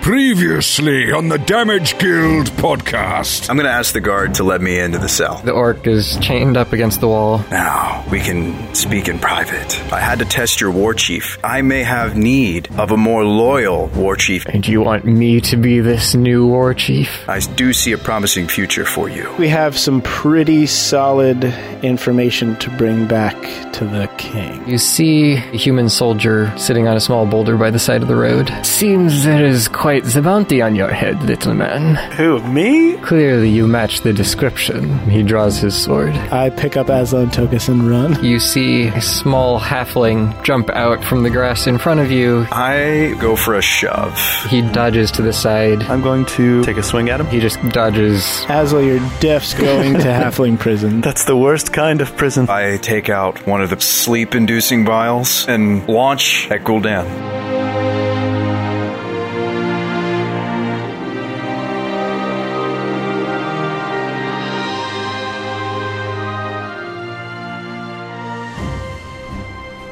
Previously on the Damage Guild podcast. I'm going to ask the guard to let me into the cell. The orc is chained up against the wall. Now, we can speak in private. I had to test your war chief. I may have need of a more loyal war chief. And you want me to be this new war chief? I do see a promising future for you. We have some pretty solid information to bring back to the king. You see a human soldier sitting on a small boulder by the side of the road. Seems there is quite the bounty on your head, little man. Who, me? Clearly, you match the description. He draws his sword. I pick up Aslan Tokus and run. You see a small halfling jump out from the grass in front of you. I go for a shove. He dodges to the side. I'm going to take a swing at him. He just dodges. Aslan, your deaf's going to halfling prison. That's the worst kind of prison. I take out one of the sleep inducing vials and launch at Gul'dan.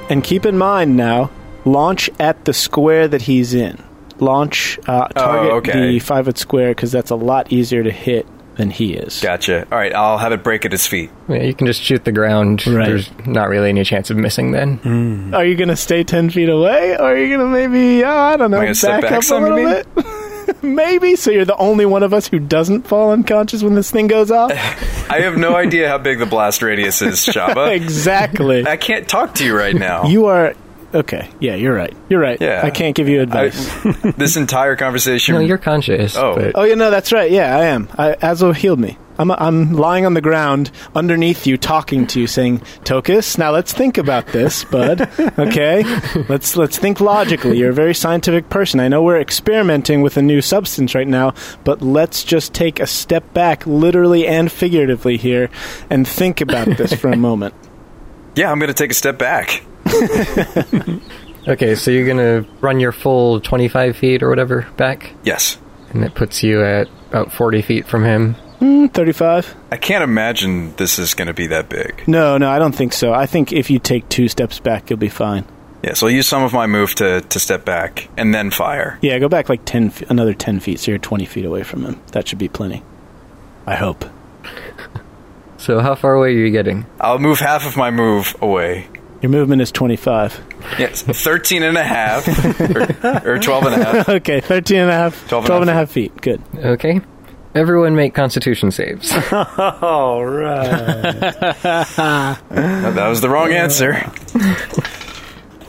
And keep in mind now, launch at the square that he's in. Launch, uh, target Oh, okay. the five foot square because that's a lot easier to hit than he is. Gotcha. All right, I'll have it break at his feet. Yeah, you can just shoot the ground. Right. There's not really any chance of missing then. Are you going to stay 10 feet away? Or are you going to maybe, oh, I don't know, Am I gonna back, step back up some, a you little bit? maybe. So you're the only one of us who doesn't fall unconscious when this thing goes off? I have no idea how big the blast radius is, Shaba. exactly. I can't talk to you right now. You are. Okay. Yeah, you're right. You're right. Yeah. I can't give you advice. I- this entire conversation. No, you're conscious. Oh. but- oh, yeah, no, that's right. Yeah, I am. I, Azo healed me. I'm, I'm lying on the ground underneath you, talking to you, saying, "Tokus, now let's think about this, bud. Okay, let's let's think logically. You're a very scientific person. I know we're experimenting with a new substance right now, but let's just take a step back, literally and figuratively here, and think about this for a moment. yeah, I'm going to take a step back. Okay, so you're gonna run your full 25 feet or whatever back, Yes. and that puts you at about 40 feet from him. Hmm, Thirty-five. I can't imagine this is going to be that big. No, no, I don't think so. I think if you take two steps back, you'll be fine. Yeah, so I'll use some of my move to, to step back and then fire. Yeah, go back like ten, fe- another ten feet, so you're twenty feet away from him. That should be plenty. I hope. So how far away are you getting? I'll move half of my move away. Your movement is twenty-five. Yes, 13 and a half, or, or 12 and a half. Okay, 13 and a half, 12 12 and a and a half half feet. Good. Okay, everyone make Constitution saves. All right. No, that was the wrong answer.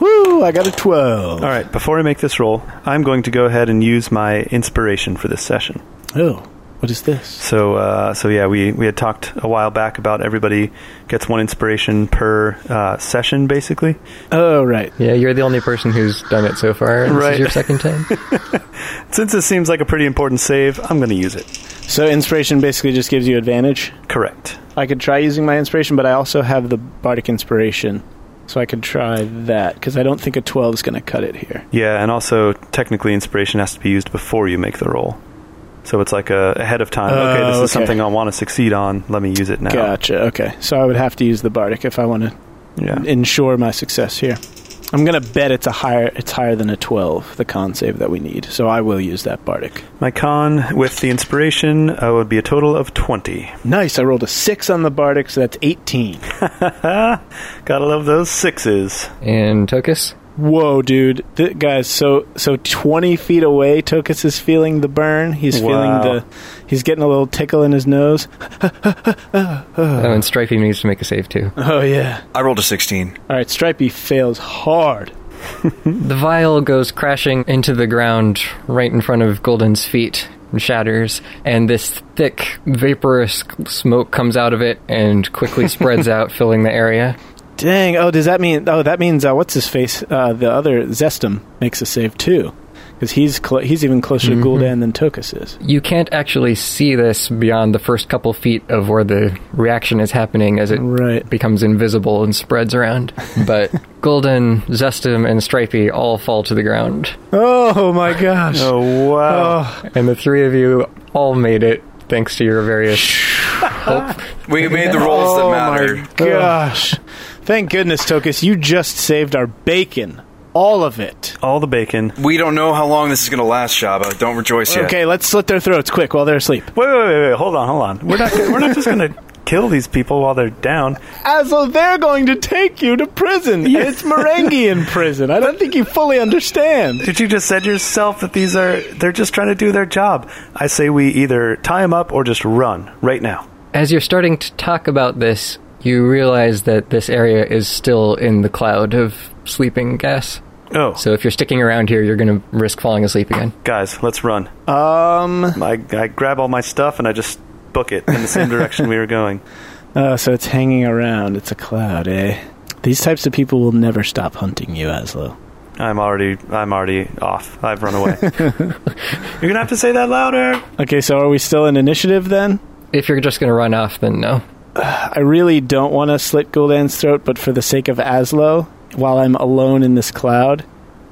Woo! I got a twelve. All right. Before I make this roll, I'm going to go ahead and use my inspiration for this session. Oh, what is this? So, uh, so yeah, we, we had talked a while back about everybody gets one inspiration per uh, session, basically. Oh, right. yeah, you're the only person who's done it so far. and This Right. is your second time. Since this seems like a pretty important save, I'm going to use it. So inspiration basically just gives you advantage. Correct. I could try using my inspiration, but I also have the bardic inspiration, so I could try that because I don't think a twelve is going to cut it here. Yeah, and also technically, inspiration has to be used before you make the roll. So it's like a ahead of time. Oh, okay, this okay. is something I want to succeed on. Let me use it now. Gotcha. Okay, so I would have to use the bardic if I want to Yeah. ensure my success here. I'm gonna bet it's a higher it's higher than a twelve, the con save that we need. So I will use that Bardic. My con with the inspiration uh, would be a total of 20. Nice, I rolled a six on the Bardic, so that's eighteen. Gotta love those sixes. And Tokus, Whoa, dude. Th- guys, so so twenty feet away, Tokus is feeling the burn. He's Wow. feeling the he's getting a little tickle in his nose. oh, and Stripey needs to make a save too. Oh yeah. I rolled a 16. Alright, Stripey fails hard. The vial goes crashing into the ground right in front of Golden's feet and shatters, and this thick, vaporous smoke comes out of it and quickly spreads out, filling the area. Dang, oh does that mean oh that means uh, what's his face? Uh, the other Zestum makes a save too. Because he's clo- he's even closer to Gul'dan than Tokus is. You can't actually see this beyond the first couple feet of where the reaction is happening as it Right. becomes invisible and spreads around. But Golden, Zestum, and Stripey all fall to the ground. Oh my gosh. Oh, wow. And the three of you all made it thanks to your various. We made the rolls that oh matter. my gosh. Thank goodness, Tokus, you just saved our bacon. all of it. All the bacon. We don't know how long this is going to last, Shaba. Don't rejoice yet. Okay, let's slit their throats quick while they're asleep. Wait, wait, wait, wait. Hold on, hold on. We're not. we're not just gonna kill these people while they're down. As though they're going to take you to prison. And It's Merengue in prison. I don't think you fully understand. Did you just said yourself that these are? They're just trying to do their job. I say we either tie them up or just run right now. As you're starting to talk about this, you realize that this area is still in the cloud of sleeping gas. Oh, So if you're sticking around here, you're going to risk falling asleep again. guys, let's run. Um, I, I grab all my stuff and I just book it in the same direction we were going. uh, so it's hanging around. It's a cloud, eh? These types of people will never stop hunting you, Aslo. I'm already I'm already off. I've run away. You're gonna have to say that louder. Okay, so are we still in initiative then? If you're just going to run off, then no. I really don't want to slit Gul'dan's throat, but for the sake of Aslo, while I'm alone in this cloud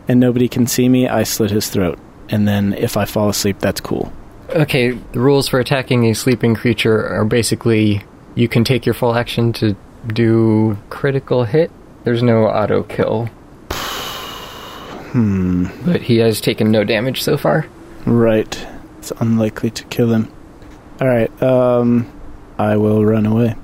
and nobody can see me, I slit his throat. And then if I fall asleep, that's cool. Okay, the rules for attacking a sleeping creature are basically you can take your full action to do critical hit. There's no auto kill. Hmm. But he has taken no damage so far. Right. It's unlikely to kill him. All right. Um, I will run away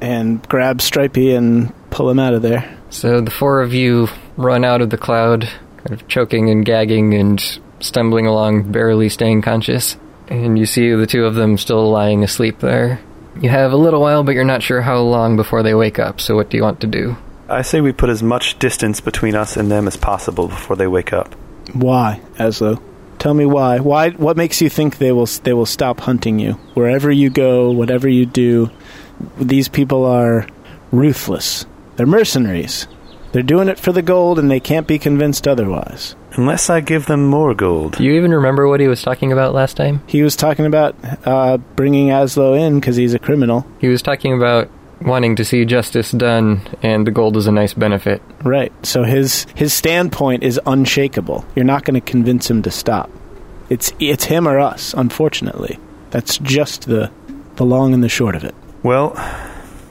and grab Stripey and pull him out of there. So the four of you run out of the cloud, kind of choking and gagging and stumbling along, barely staying conscious. And you see the two of them still lying asleep there. You have a little while, but you're not sure how long before they wake up, so what do you want to do? I say we put as much distance between us and them as possible before they wake up. Why, Aslo? Tell me why. Why? What makes you think they will they will stop hunting you wherever you go, whatever you do? These people are ruthless. They're mercenaries. They're doing it for the gold, and they can't be convinced otherwise. Unless I give them more gold. Do you even remember what he was talking about last time? He was talking about uh, bringing Aslo in because he's a criminal. He was talking about wanting to see justice done, and the gold is a nice benefit. Right. So his his standpoint is unshakable. You're not going to convince him to stop. It's it's him or us, unfortunately. That's just the the long and the short of it. Well,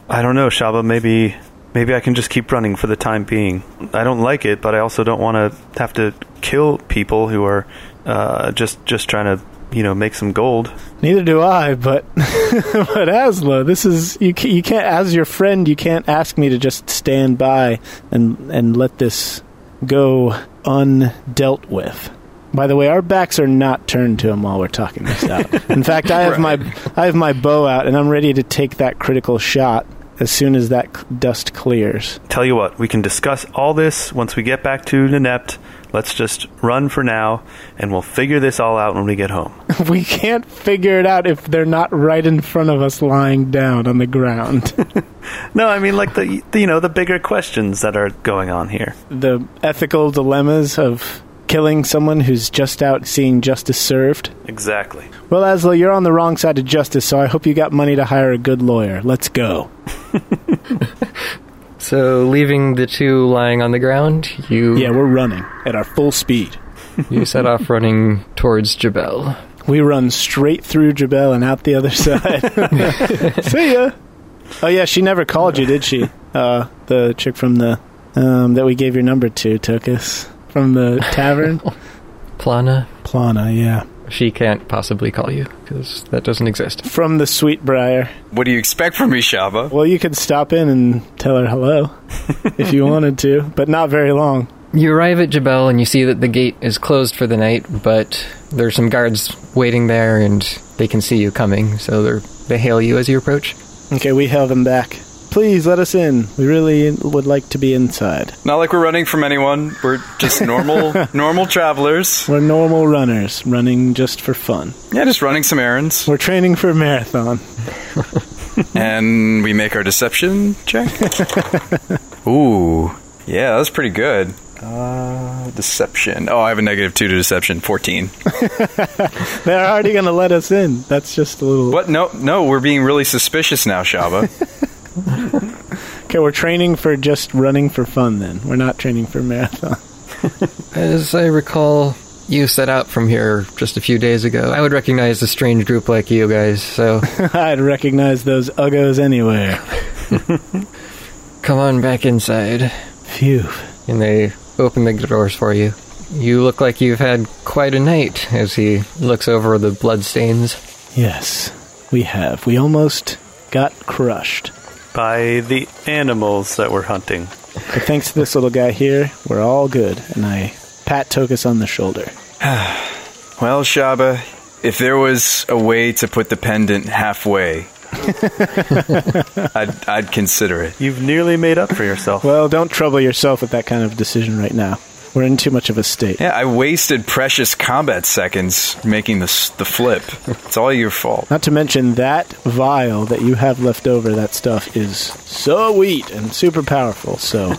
I don't know, Shaba. Maybe maybe I can just keep running for the time being. I don't like it, but I also don't want to have to kill people who are uh, just just trying to you know make some gold. Neither do I, but but Aslo, this is you. ca- You can't, as your friend, you can't ask me to just stand by and and let this go undealt with. By the way, our backs are not turned to him while we're talking this out. In fact, I have my I have my bow out, and I'm ready to take that critical shot as soon as that c- dust clears. Tell you what, we can discuss all this once we get back to Nenept. Let's just run for now, and we'll figure this all out when we get home. we can't figure it out if they're not right in front of us, lying down on the ground. No, I mean like the the, you know the bigger questions that are going on here. the ethical dilemmas of killing someone who's just out seeing justice served. Exactly. Well, Aslo, you're on the wrong side of justice, so I hope you got money to hire a good lawyer. Let's go. So, leaving the two lying on the ground, you Yeah, we're running at our full speed. you set off running towards Jabel. We run straight through Jabel and out the other side. See ya. Oh yeah, she never called you, did she? Uh, the chick from the um, that we gave your number to, Tokus from the tavern, Plana, Plana. Yeah, she can't possibly call you because that doesn't exist. from the Sweetbriar. What do you expect from me, Shaba? Well, you could stop in and tell her hello if you wanted to, but not very long. You arrive at Jabel and you see that the gate is closed for the night, but there's some guards waiting there and they can see you coming, so they're, they hail you as you approach. Okay, we held them back. Please let us in. We really would like to be inside. Not like we're running from anyone. We're just normal, normal travelers. We're normal runners, running just for fun. Yeah, just running some errands, We're training for a marathon. and we make our deception check. Ooh, yeah, that was pretty good. Uh, deception. Oh, I have a negative two to deception. Fourteen. They're already going to let us in. That's just a little. What? No, no, we're being really suspicious now, Shaba. Okay, we're training for just running for fun then. We're not training for marathon. As I recall, you set out from here just a few days ago. I would recognize a strange group like you guys, so I'd recognize those uggos anywhere. come on back inside. Phew. and they open the doors for you. You look like you've had quite a night as he looks over the bloodstains. Yes, we have. We almost got crushed. by the animals that we're hunting. But thanks to this little guy here, we're all good. And I pat Tokus on the shoulder. Well, Shaba, if there was a way to put the pendant halfway, I'd, I'd consider it. You've nearly made up for yourself. Well, don't trouble yourself with that kind of decision right now. We're in too much of a state. Yeah, I wasted precious combat seconds making the s- the flip. It's all your fault. Not to mention that vial that you have left over, that stuff is so sweet and super powerful. So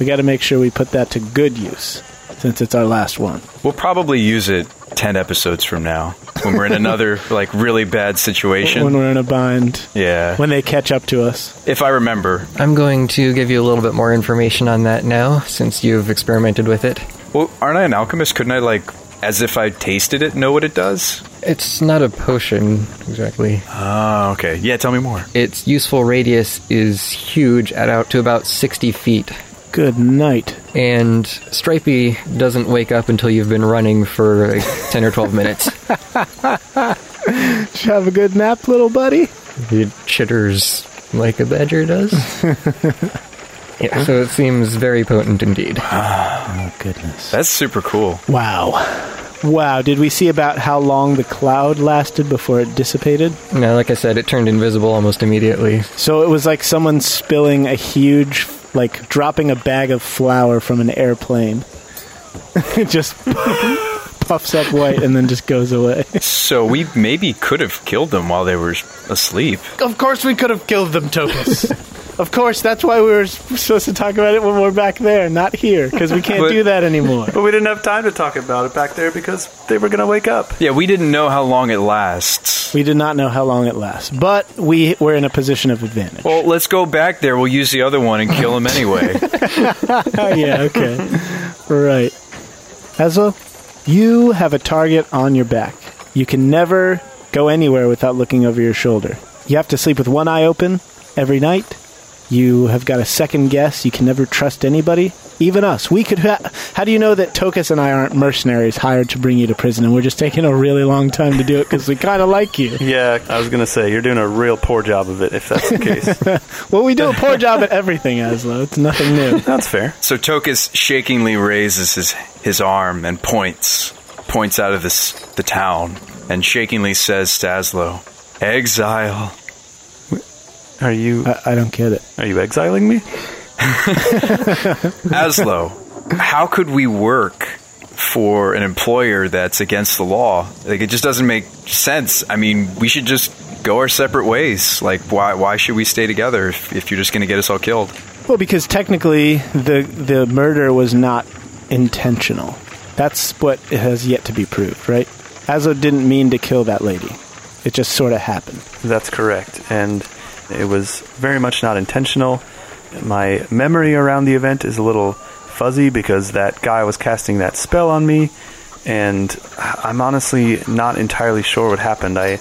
we got to make sure we put that to good use since it's our last one. We'll probably use it ten episodes from now when we're in another like really bad When situation. we're in a bind, Yeah, when they catch up to us. if I remember. I'm going to give you a little bit more information on that now, since you've experimented with it. Well, aren't I an alchemist? Couldn't I like, as if I tasted it, know what it does? It's not a potion, exactly. Ah, okay. Yeah, tell me more. Its useful radius is huge at out to about 60 feet. Good night. And Stripey doesn't wake up until you've been running for like 10 or 12 minutes. Did you have a good nap, little buddy? He chitters like a badger does. yeah, so it seems very potent indeed. Oh, goodness. That's super cool. Wow. Wow. Did we see about how long the cloud lasted before it dissipated? Now, like I said, it turned invisible almost immediately. So it was like someone spilling a huge, like dropping a bag of flour from an airplane. it just puffs up white and then just goes away. So we maybe could have killed them while they were asleep. Of course, we could have killed them, Tokus. of course, that's why we were supposed to talk about it when we're back there, not here, because we can't But- do that anymore. But we didn't have time to talk about it back there because they were going to wake up. Yeah, we didn't know how long it lasts. We did not know how long it lasts, but we were in a position of advantage. Well, let's go back there. We'll use the other one and kill him anyway. Oh, yeah, okay. right. Ezra, you have a target on your back. You can never go anywhere without looking over your shoulder. You have to sleep with one eye open every night. You have got a second guess. You can never trust anybody, even us. We could. Ha- How do you know that Tokus and I aren't mercenaries hired to bring you to prison, and we're just taking a really long time to do it because we kind of like you? Yeah, I was going to say, you're doing a real poor job of it if that's the case. Well, we do a poor job at everything, Aslo. It's nothing new. that's fair. so Tokus shakingly raises his, his arm and points, points out of this, the town, and shakingly says to Aslo, Exile. Are you I, I don't get it. are you exiling me? Aslo, how could we work for an employer that's against the law? Like, it just doesn't make sense. I mean, we should just go our separate ways. Like, why, why should we stay together if, if you're just going to get us all killed? Well, because technically the the murder was not intentional. That's what has yet to be proved, right? Azo didn't mean to kill that lady. It just sort of happened. That's correct. And it was very much not intentional. My memory around the event is a little fuzzy because that guy was casting that spell on me, and I'm honestly not entirely sure what happened. I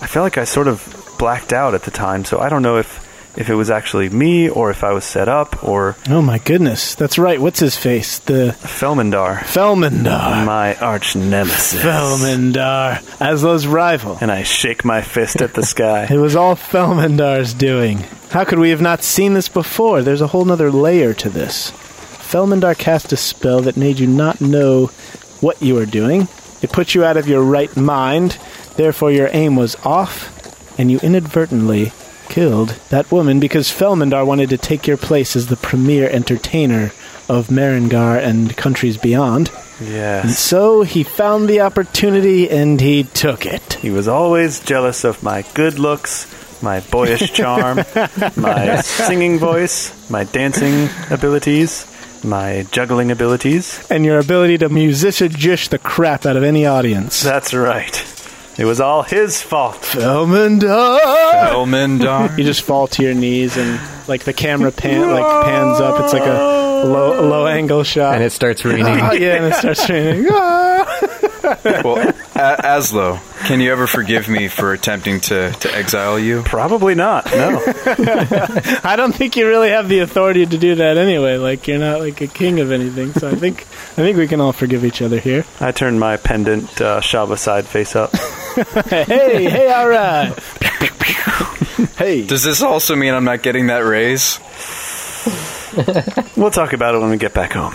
I feel like I sort of blacked out at the time, so I don't know if if it was actually me or if I was set up or Oh my goodness. That's right. What's his face? The Felmandar, Felmandar. my arch nemesis. Felmandar. Aslo's rival. And I shake my fist at the sky. It was all Felmandar's doing. How could we have not seen this before? There's a whole nother layer to this. Felmandar cast a spell that made you not know what you were doing. It put you out of your right mind, therefore your aim was off, and you inadvertently killed that woman because Felmandar wanted to take your place as the premier entertainer of Maringar and countries beyond. Yes. So he found the opportunity and he took it. He was always jealous of my good looks, my boyish charm, my singing voice, my dancing abilities, my juggling abilities. and your ability to musician jish the crap out of any audience. That's right. It was all his fault. Elmendar! Elmendar. You just fall to your knees and like the camera pan like pans up. It's like a low low angle shot. And it starts raining. Ah, yeah, and it starts raining. Ah! Well, A- Aslo, can you ever forgive me for attempting to, to exile you? Probably not. No. I don't think you really have the authority to do that anyway. Like you're not like a king of anything. So I think I think we can all forgive each other here. I turned my pendant uh, Shaba side face up. hey, hey, all right. hey, Does this also mean I'm not getting that raise? We'll talk about it when we get back home.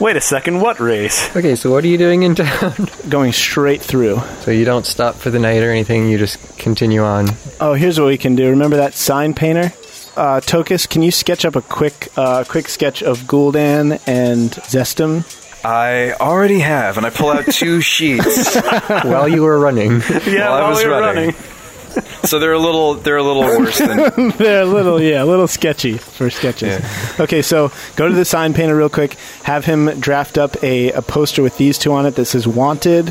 Wait a second, what race? Okay, so what are you doing in town? going straight through. so you don't stop for the night or anything, you just continue on. Oh, here's what we can do. Remember that sign painter? Uh, Tokus, can you sketch up a quick, uh, quick sketch of Gul'dan and Zestum? I already have, and I pull out two sheets. While you were running. Yeah, While I while was we were running. So they're a little they're a little worse than They're a little, yeah, a little sketchy for sketches. Okay, so go to the sign painter real quick. Have him draft up a, a poster with these two on it that says "Wanted"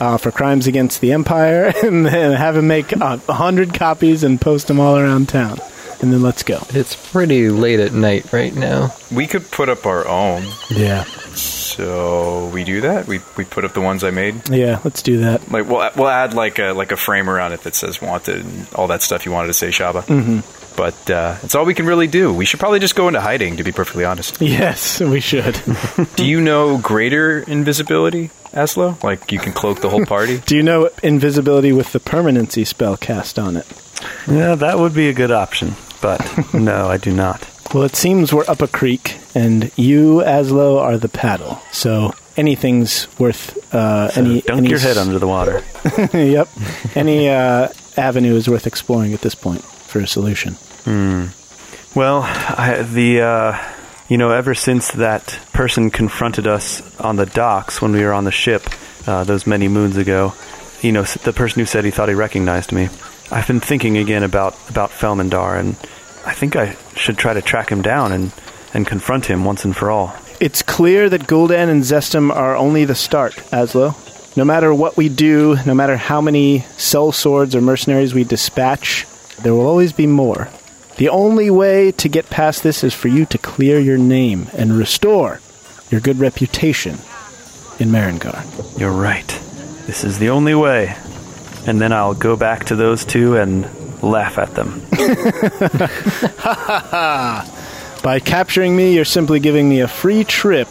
uh, for crimes against the Empire, and then have him make a hundred copies and post them all around town. And then let's go. It's pretty late at night right now. we could put up our own. Yeah, So we do that. We we put up the ones I made. yeah, let's do that. Like we'll we'll add like a like a frame around it that says wanted and all that stuff you wanted to say, Shaba. Mm-hmm. But uh, it's all we can really do. We should probably just go into hiding, to be perfectly honest. Yes, we should. do you know greater invisibility, Aslo? Like you can cloak the whole party. Do you know invisibility with the permanency spell cast on it? Yeah, that would be a good option, but no, I do not. Well, it seems we're up a creek, and you, Aslo, are the paddle. So anything's worth uh, any. Dunk any your s- head under the water. yep. Any uh, avenue is worth exploring at this point for a solution. Well, I, the uh, you know, ever since that person confronted us on the docks when we were on the ship uh, those many moons ago, you know, s- the person who said he thought he recognized me. I've been thinking again about about Felmandar, and I think I should try to track him down and and confront him once and for all. It's clear that Gul'dan and Zestum are only the start, Aslo. No matter what we do, no matter how many cell swords or mercenaries we dispatch, there will always be more. The only way to get past this is for you to clear your name and restore your good reputation in Marengar. You're right. This is the only way. And then I'll go back to those two and laugh at them. By capturing me, you're simply giving me a free trip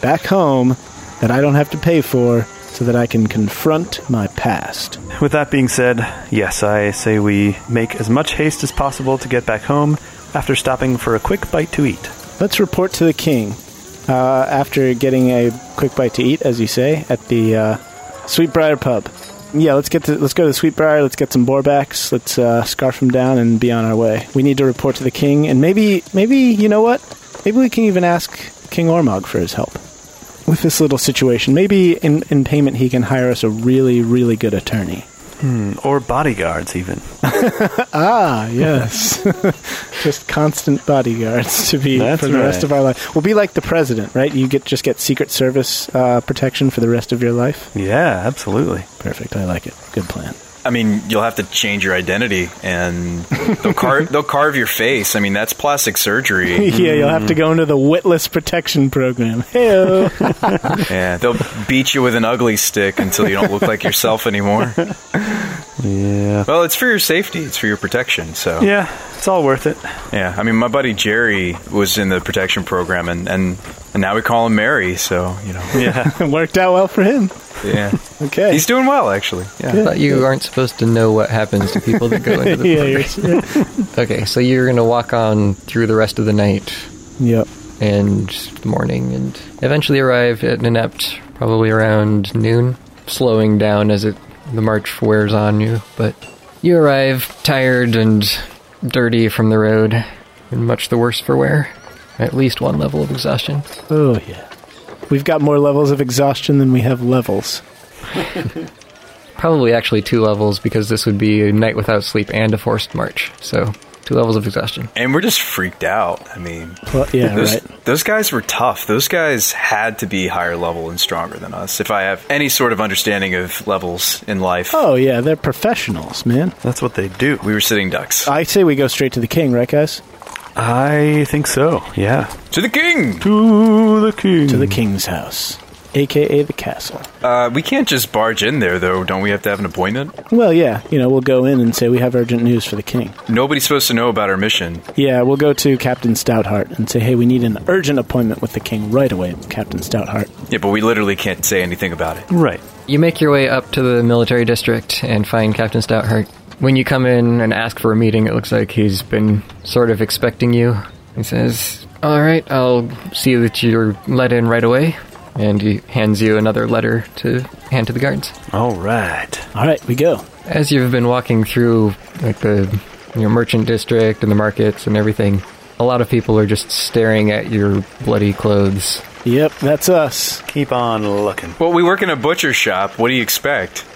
back home that I don't have to pay for so that I can confront my past. With that being said, yes, I say we make as much haste as possible to get back home after stopping for a quick bite to eat. Let's report to the king. Uh, after getting a quick bite to eat, as you say, at the uh, Sweetbriar pub. Yeah, let's get to, let's go to the Sweetbriar. Let's get some boarbacks. Let's uh, scarf them down and be on our way. We need to report to the king, and maybe maybe you know what? Maybe we can even ask King Ormog for his help with this little situation. Maybe in, in payment he can hire us a really really good attorney. Or bodyguards, even. Ah, yes. just constant bodyguards to be That's for the rest right. of our life. We'll be like the president, right? You get just get Secret Service uh, protection for the rest of your life. Yeah, absolutely. Perfect. I like it. Good plan. I mean, you'll have to change your identity, and they'll carve they'll carve your face. I mean, that's plastic surgery. yeah, you'll have to go into the witless protection program. Hey, yeah, they'll beat you with an ugly stick until you don't look like yourself anymore. Yeah. Well, it's for your safety. It's for your protection. So Yeah, it's all worth it. Yeah, I mean, my buddy Jerry was in the protection program, and and, and now we call him Mary. So you know, Yeah. worked out well for him. yeah, Okay. he's doing well actually. Yeah, I thought you aren't supposed to know what happens to people that go into the yeah, you're, Okay, so you're gonna walk on through the rest of the night yep. and morning and eventually arrive at Nenept probably around noon, slowing down as it the march wears on you, but you arrive tired and dirty from the road and much the worse for wear. At least one level of exhaustion. Oh yeah. We've got more levels of exhaustion than we have levels. Probably actually two levels because this would be a night without sleep and a forced march. So two levels of exhaustion. and we're just freaked out. I mean, Well, yeah, those right. those guys were tough. Those guys had to be higher level and stronger than us. If I have any sort of understanding of levels in life, Oh yeah, they're professionals, man. That's what they do. we were sitting ducks I say we go straight to the king, right, guys? I think so. Yeah. to the king. To the king. To the king's house. aka the castle. Uh, we can't just barge in there, though. Don't we have to have an appointment? Well, yeah, you know, we'll go in and say we have urgent news for the king. Nobody's supposed to know about our mission. Yeah, we'll go to Captain Stoutheart and say, hey, we need an urgent appointment with the king right away, Captain Stoutheart. Yeah, but we literally can't say anything about it. Right. You make your way up to the military district and find Captain Stoutheart. When you come in and ask for a meeting, it looks like he's been sort of expecting you. He says, All right, I'll see that you're let in right away. And he hands you another letter to hand to the guards. All right. All right, we go. As you've been walking through like the your merchant district and the markets and everything, a lot of people are just staring at your bloody clothes. Yep, that's us. Keep on looking. Well, we work in a butcher shop. What do you expect?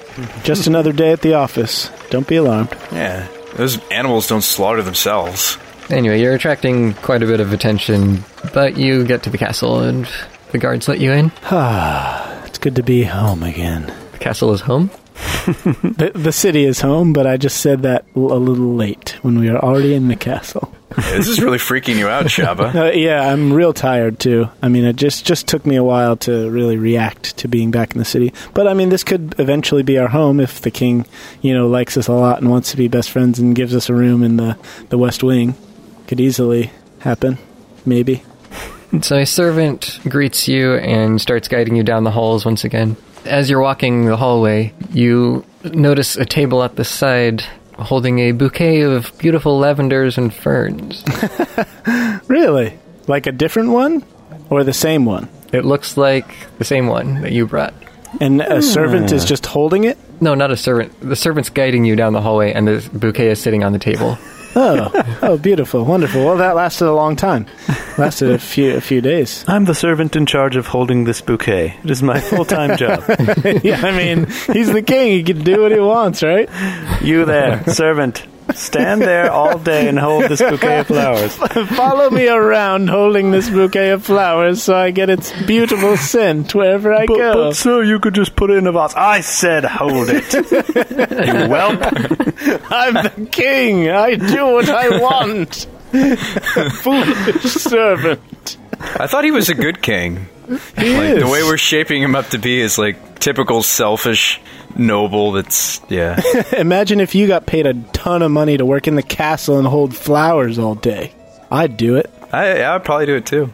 Just another day at the office. Don't be alarmed. Yeah, those animals don't slaughter themselves. Anyway, you're attracting quite a bit of attention, but you get to the castle and the guards let you in. It's good to be home again. The castle is home. The, the city is home, but I just said that l- a little late when we are already in the castle. Yeah, this is really freaking you out, Shaba. Uh, yeah, I'm real tired too. I mean, it just just took me a while to really react to being back in the city. But I mean, this could eventually be our home if the king, you know, likes us a lot and wants to be best friends and gives us a room in the the West Wing. Could easily happen, maybe. So a servant greets you and starts guiding you down the halls once again. As you're walking the hallway, you notice a table at the side holding a bouquet of beautiful lavenders and ferns. Really, like a different one or the same one, it looks like the same one that you brought. and a servant is just holding it. No, not a servant. The servant's guiding you down the hallway, and the bouquet is sitting on the table. Oh, oh, beautiful, wonderful. Well, that lasted a long time. Lasted a few a few days. I'm the servant in charge of holding this bouquet. It is my full time job. yeah, I mean, he's the king. He can do what he wants, right? You there, servant. Stand there all day and hold this bouquet of flowers. Follow me around holding this bouquet of flowers so I get its beautiful scent wherever I But, go. but sir, you could just put it in a vase. I said hold it. you whelp. I'm the king. I do what I want. Foolish servant. I thought he was a good king. He Like, is. the way we're shaping him up to be is like typical selfish noble that's, yeah. Imagine if you got paid a ton of money to work in the castle and hold flowers all day. I'd do it. I, I'd probably do it too.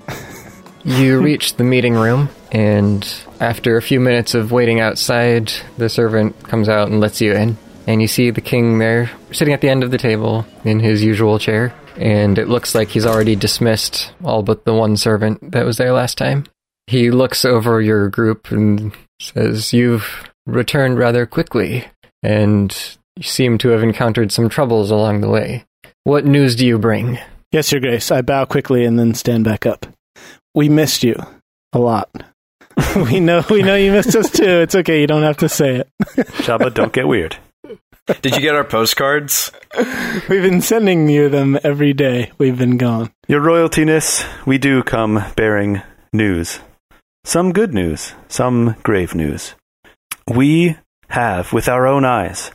You reach the meeting room, and after a few minutes of waiting outside, the servant comes out and lets you in. And you see the king there, sitting at the end of the table in his usual chair. And it looks like he's already dismissed all but the one servant that was there last time. He looks over your group and says, You've returned rather quickly, and you seem to have encountered some troubles along the way. What news do you bring? Yes, Your Grace. I bow quickly and then stand back up. We missed you a lot. we know. We know you missed us too. It's okay. You don't have to say it. Shaba, don't get weird. Did you get our postcards? We've been sending you them every day we've been gone. Your royaltiness, we do come bearing news. Some good news, some grave news. We have, with our own eyes,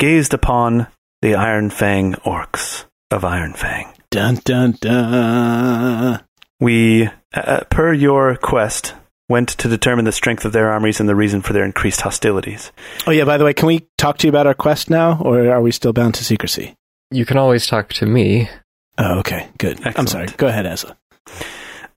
gazed upon the Iron Fang orcs of Iron Fang. Dun dun dun. We, uh, per your quest, went to determine the strength of their armies and the reason for their increased hostilities. Oh yeah, by the way, can we talk to you about our quest now, or are we still bound to secrecy? You can always talk to me. Oh, okay, good. I'm Excellent. sorry. Go ahead, Ezra.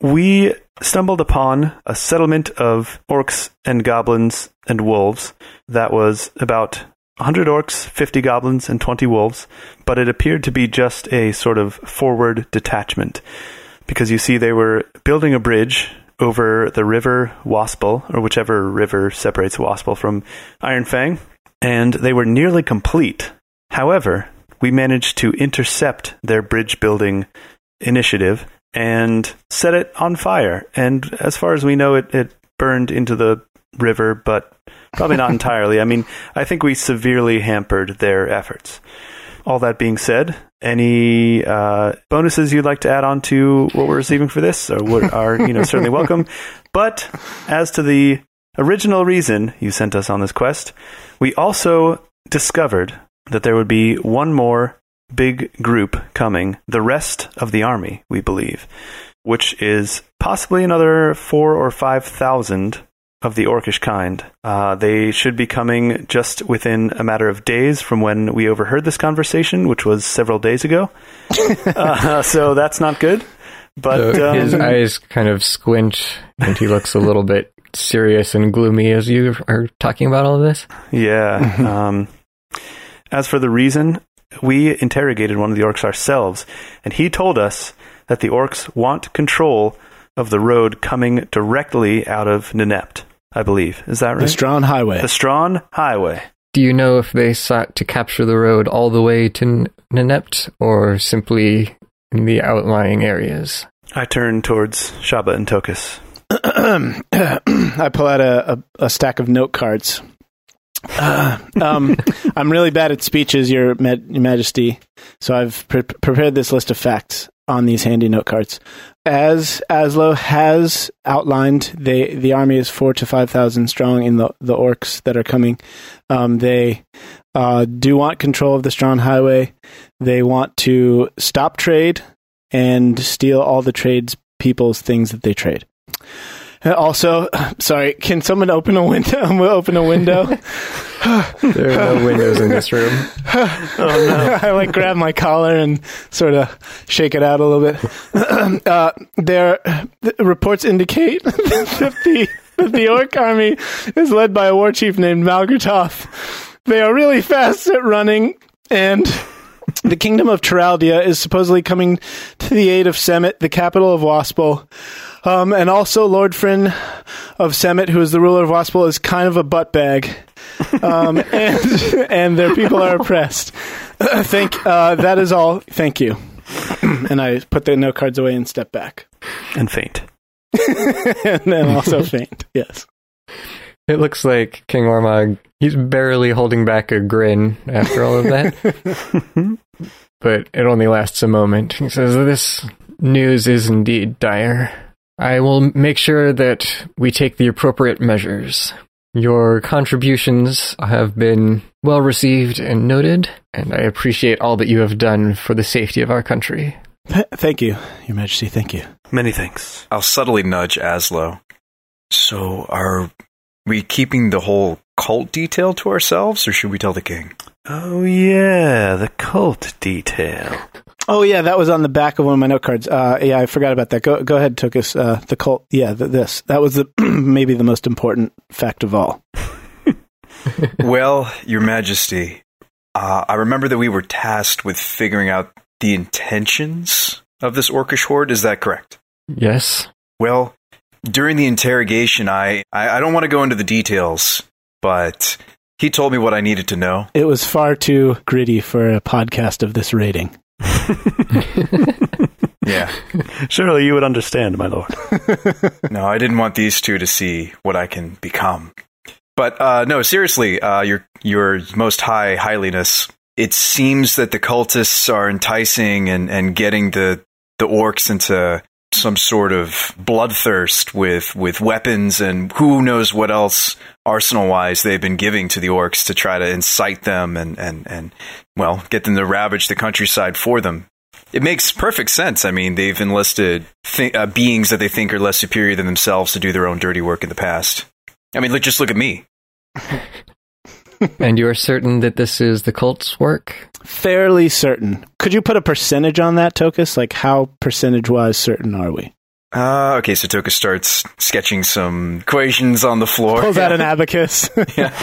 We stumbled upon a settlement of orcs and goblins and wolves that was about 100 orcs, 50 goblins, and 20 wolves, but it appeared to be just a sort of forward detachment because you see they were building a bridge over the river Waspel, or whichever river separates Waspel from Iron Fang, and they were nearly complete. However, we managed to intercept their bridge building initiative and set it on fire. And as far as we know, it, it burned into the river, but probably not entirely. I mean, I think we severely hampered their efforts. All that being said, any uh, bonuses you'd like to add on to what we're receiving for this or what are you know certainly welcome. But as to the original reason you sent us on this quest, we also discovered that there would be one more big group coming, the rest of the army, we believe, which is possibly another four or five thousand of the orcish kind. Uh, they should be coming just within a matter of days from when we overheard this conversation, which was several days ago. uh, so that's not good. But So his um, eyes kind of squint, and he looks a little bit serious and gloomy as you are talking about all this. yeah. Um, as for the reason, we interrogated one of the orcs ourselves, and he told us that the orcs want control of the road coming directly out of Nenept. I believe is that right? The Strawn Highway. the Strawn Highway. Do you know if they sought to capture the road all the way to N- Nenept or simply in the outlying areas? I turn towards Shaba and Tokus. I pull out a, a, a stack of note cards. Uh, um, I'm really bad at speeches, Your, Ma- Your Majesty, so I've pre- prepared this list of facts on these handy note cards. As Aslo has outlined, they the army is four to five thousand strong in the the orcs that are coming. Um, they uh, do want control of the Strawn Highway. They want to stop trade and steal all the trades people's things that they trade. And also, sorry, can someone open a window? open a window. There are no windows in this room. I like grab my collar and sort of shake it out a little bit. uh, there, the reports indicate that the that the orc army is led by a war chief named Malgratov. They are really fast at running, and the kingdom of Teraldia is supposedly coming to the aid of Semet, the capital of Waspel. Um, and also Lord Fryn of Semet, who is the ruler of Waspel, is kind of a butt bag. Um, and, and their people are oppressed. Thank, uh, that is all. Thank you. and I put the note cards away and step back. and faint. and then also faint. Yes. It looks like King Ormog, he's barely holding back a grin after all of that, but it only lasts a moment. He says, This news is indeed dire. I will make sure that we take the appropriate measures. Your contributions have been well received and noted, and I appreciate all that you have done for the safety of our country. Th- Thank you, Your Majesty. Thank you. Many thanks. I'll subtly nudge Aslo. So, are we keeping the whole cult detail to ourselves, or should we tell the king? Oh yeah, the cult detail. Oh yeah, that was on the back of one of my note cards. Uh, yeah, I forgot about that. Go go ahead, Tokus. Uh, the cult. Yeah, th- this that was the maybe the most important fact of all. well, Your Majesty, uh, I remember that we were tasked with figuring out the intentions of this orcish horde. Is that correct? Yes? Well, during the interrogation, I, I, I don't want to go into the details, but he told me what I needed to know. It was far too gritty for a podcast of this rating. Yeah. Surely you would understand, my lord. no, I didn't want these two to see what I can become. But uh, no, seriously, uh, your your most high highliness. It seems that the cultists are enticing and, and getting the the orcs into some sort of bloodthirst with with weapons and who knows what else arsenal wise they've been giving to the orcs to try to incite them and, and, and well get them to ravage the countryside for them it makes perfect sense. I mean, they've enlisted th- uh, beings that they think are less superior than themselves to do their own dirty work in the past. I mean, look, just look at me. and you are certain that this is the cult's work? Fairly certain. Could you put a percentage on that, Tokus? Like how percentage wise certain are we? Uh, okay, so Toka starts sketching some equations on the floor. Pulls out an abacus. Yeah.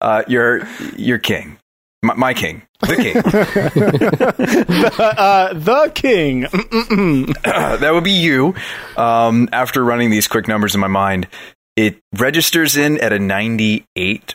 Uh, you're, you're king. My, my king. The king. uh, the king. Uh, that would be you. Um, after running these quick numbers in my mind, it registers in at a 98.3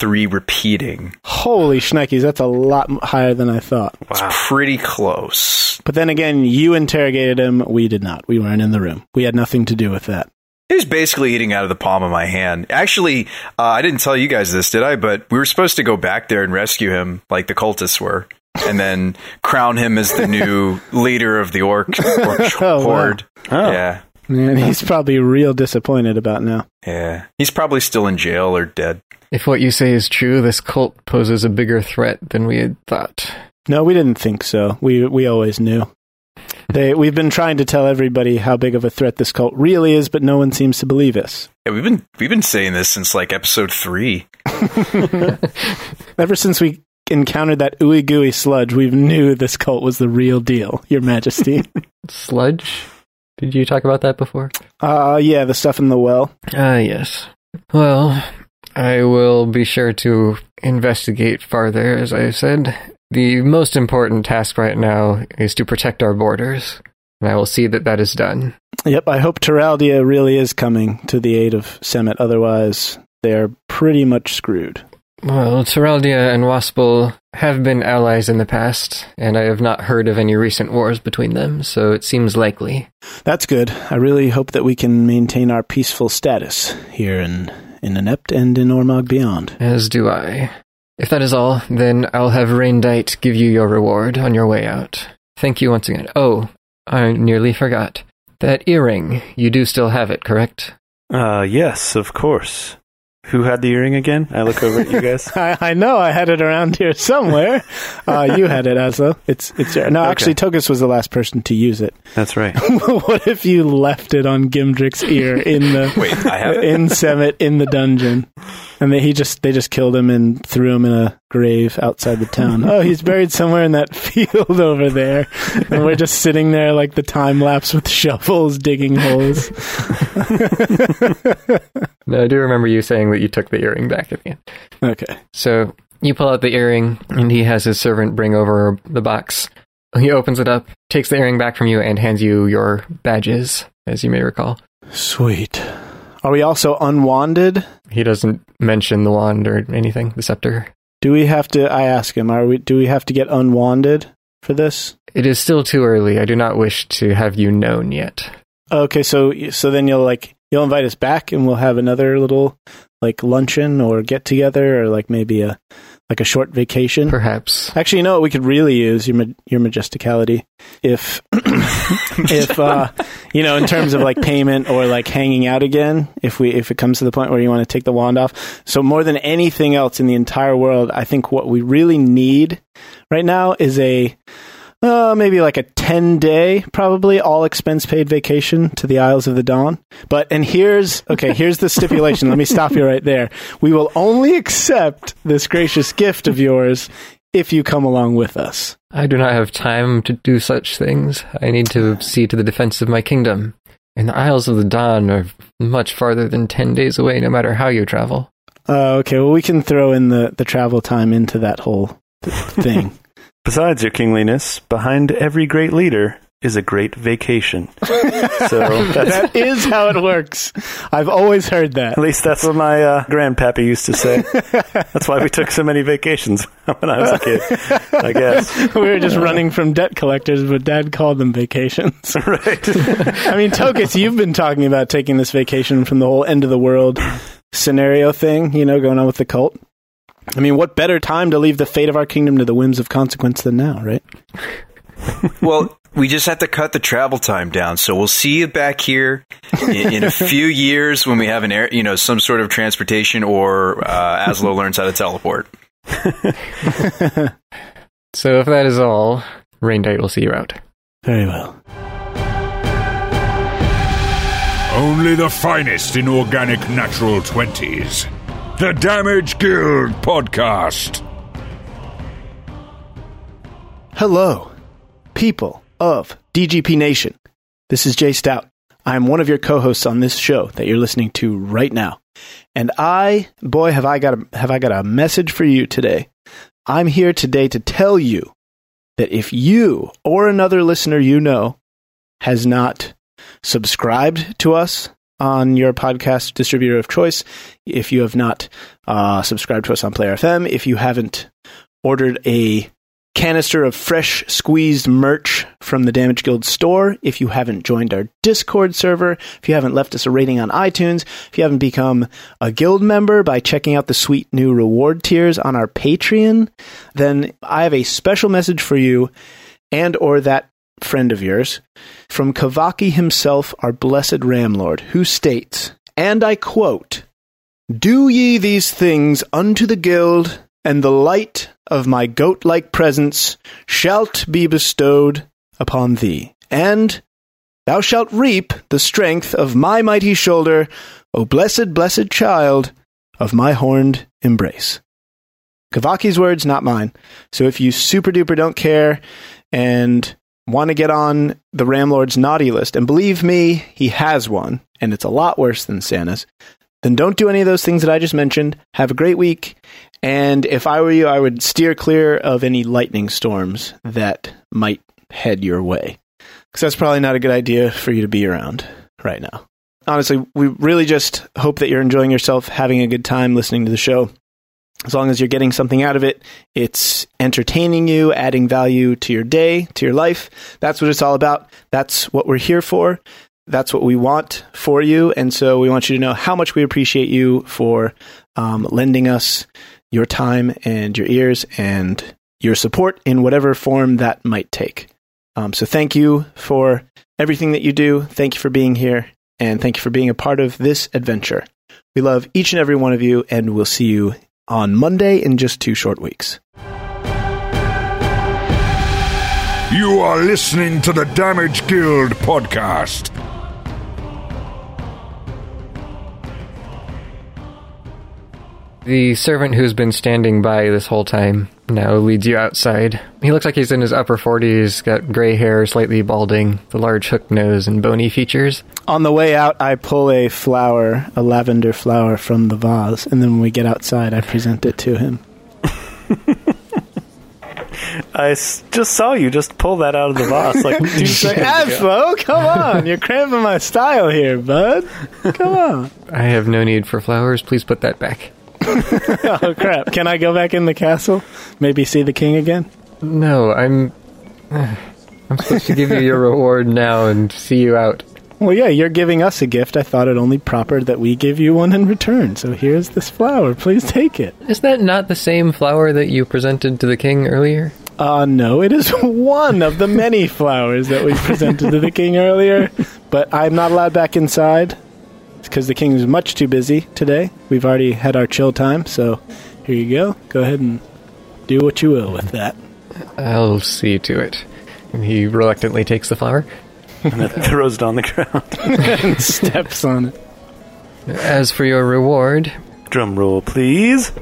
repeating. Holy schnikes, that's a lot m- higher than I thought. Wow. Pretty close. But then again, you interrogated him. We did not. We weren't in the room. We had nothing to do with that. It was basically eating out of the palm of my hand. Actually, uh, I didn't tell you guys this, did I? But we were supposed to go back there and rescue him, like the cultists were, and then crown him as the new leader of the orc, orc Oh, wow. horde. Oh. Yeah, And he's probably real disappointed about now. yeah. He's probably still in jail or dead. If what you say is true, this cult poses a bigger threat than we had thought. No, we didn't think so. We we always knew. They, we've been trying to tell everybody how big of a threat this cult really is, but no one seems to believe us. Yeah, we've been we've been saying this since like episode three. Ever since we encountered that ooey gooey sludge, we've knew this cult was the real deal, Your Majesty. Sludge? Did you talk about that before? uh, yeah, the stuff in the well. Ah, yes. Well, I will be sure to investigate farther, as I said. The most important task right now is to protect our borders, and I will see that that is done. Yep, I hope Teraldia really is coming to the aid of Semet. Otherwise, they're pretty much screwed. Well, Teraldia and Waspel have been allies in the past, and I have not heard of any recent wars between them, so it seems likely. That's good. I really hope that we can maintain our peaceful status here in, in Inept and in Ormog beyond. As do I. If that is all, then I'll have Raindite give you your reward on your way out. Thank you once again. Oh, I nearly forgot. That earring, you do still have it, correct? Uh, yes, of course. Who had the earring again? I look over at you guys. I, I know I had it around here somewhere. uh, you had it, Aslo. It's it's your, no. Actually, Tokus was the last person to use it. That's right. what if you left it on Gimdrick's ear in the Wait, I have it. in Semet in the dungeon, and they, he just they just killed him and threw him in a grave outside the town. oh, he's buried somewhere in that field over there, and we're just sitting there like the time lapse with shovels digging holes. No, I do remember you saying that you took the earring back at the end. Okay, So you pull out the earring, and he has his servant bring over the box. He opens it up, takes the earring back from you, and hands you your badges, as you may recall. sweet. Are we also unwanded? He doesn't mention the wand or anything, the scepter. Do we have to? I ask him. Are we? Do we have to get unwanded for this? It is still too early. I do not wish to have you known yet. Okay, so so then you'll like you'll invite us back, and we'll have another little like luncheon or get together, or like maybe a like a short vacation. Perhaps. Actually, you know what we could really use your ma- your majesticality if if uh, you know in terms of like payment or like hanging out again. If we if it comes to the point where you want to take the wand off, so more than anything else in the entire world, I think what we really need right now is a uh, maybe like a 10 day, probably all expense paid vacation to the Isles of the Dawn. But, and here's, okay, here's the stipulation. Let me stop you right there. We will only accept this gracious gift of yours if you come along with us. I do not have time to do such things. I need to see to the defense of my kingdom. And the Isles of the Dawn are much farther than ten days away, no matter how you travel. Uh, okay, well, we can throw in the, the travel time into that whole th- thing. Besides your kingliness, behind every great leader is a great vacation. so that's, that is how it works. I've always heard that. at least that's what my uh, grandpappy used to say. That's why we took so many vacations when I was a kid. I guess. We were just running from debt collectors, but dad called them vacations. Right. I mean, Tokus, you've been talking about taking this vacation from the whole end of the world scenario thing, you know, going on with the cult. I mean, what better time to leave the fate of our kingdom to the whims of consequence than now, right? Well, we just have to cut the travel time down. So we'll see you back here in, in a few years when we have an air, you know, some sort of transportation or uh, Aslo learns how to teleport. So if that is all, Raindite will see you out. Very well. Only the finest in organic natural 20s. The Damage Guild Podcast. Hello, people of DGP Nation. This is Jay Stout. I am one of your co hosts on this show that you're listening to right now. And I, boy, have I got a, have I got a message for you today. I'm here today to tell you that if you or another listener you know has not subscribed to us on your podcast distributor of choice, if you have not uh, subscribed to us on Player FM, if you haven't ordered a canister of fresh squeezed merch from the Damage Guild store, if you haven't joined our Discord server, if you haven't left us a rating on iTunes, if you haven't become a guild member by checking out the sweet new reward tiers on our Patreon, then I have a special message for you and or that friend of yours from Kavaki himself, our blessed Ramlord, who states, and I quote, do ye these things unto the guild, and the light of my goat like presence shalt be bestowed upon thee. and thou shalt reap the strength of my mighty shoulder, O blessed, blessed child of my horned embrace. Kavaki's words, not mine. So if you super duper don't care and want to get on the Ramlord's naughty list, and believe me, he has one, and it's a lot worse than Santa's, then don't do any of those things that I just mentioned. Have a great week. And if I were you, I would steer clear of any lightning storms that might head your way. Because that's probably not a good idea for you to be around right now. Honestly, we really just hope that you're enjoying yourself, having a good time listening to the show as long as you're getting something out of it, it's entertaining you, adding value to your day, to your life. That's what it's all about. That's what we're here for. That's what we want for you. And so we want you to know how much we appreciate you for um, lending us your time and your ears and your support in whatever form that might take. Um, so thank you for everything that you do. Thank you for being here. And thank you for being a part of this adventure. We love each and every one of you, and we'll see you on Monday in just two short weeks. You are listening to the Damage Guild podcast. The servant who's been standing by this whole time now leads you outside. He looks like he's in his upper 40s, got gray hair, slightly balding, the large hook nose, and bony features. On the way out, I pull a flower, a lavender flower from the vase, and then when we get outside, I present it to him. I s- just saw you just pull that out of the vase like two He's like, seconds ago. Aflo, come on, you're cramping my style here, bud. Come on. I have no need for flowers. Please put that back. Oh crap! Can I go back in the castle? Maybe see the king again? No, I'm. I'm supposed to give you your reward now and see you out. Well, yeah, you're giving us a gift. I thought it only proper that we give you one in return. So here's this flower. Please take it. Is that not the same flower that you presented to the king earlier? Uh, no, it is one of the many flowers that we presented to the king earlier, but I'm not allowed back inside because the king is much too busy today. We've already had our chill time, so here you go. Go ahead and do what you will with that. I'll see to it. And he reluctantly takes the flower. and it throws it on the ground. And steps on it. As for your reward, Drum roll, please.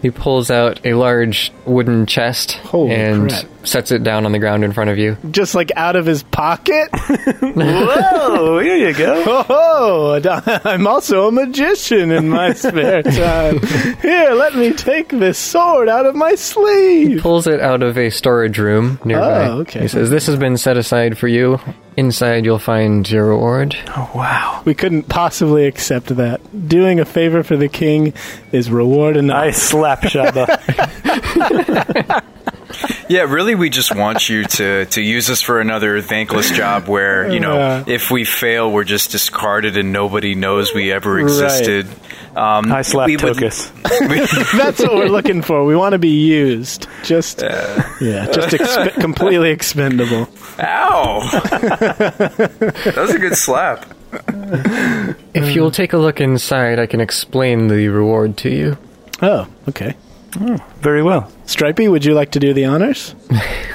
He pulls out a large wooden chest Holy and crap. sets it down on the ground in front of you. Just like out of his pocket? Whoa, here you go. Oh, I'm also a magician in my spare time. Here, let me take this sword out of my sleeve. Pulls it out of a storage room nearby. Oh, okay. He says, This has been set aside for you. Inside, you'll find your reward. Wow. We couldn't possibly accept that. Doing a favor for the king is reward enough. I slap Shaba. Yeah, really, we just want you to, to use us for another thankless job where, you know, Yeah. if we fail, we're just discarded and nobody knows we ever existed. Um, I slap we would- Tokus. That's what we're looking for. We want to be used. Just yeah, just exp- completely expendable. Ow! that was a good slap. Uh. If you'll take a look inside, I can explain the reward to you. Oh, okay. Very well. Stripey, would you like to do the honors?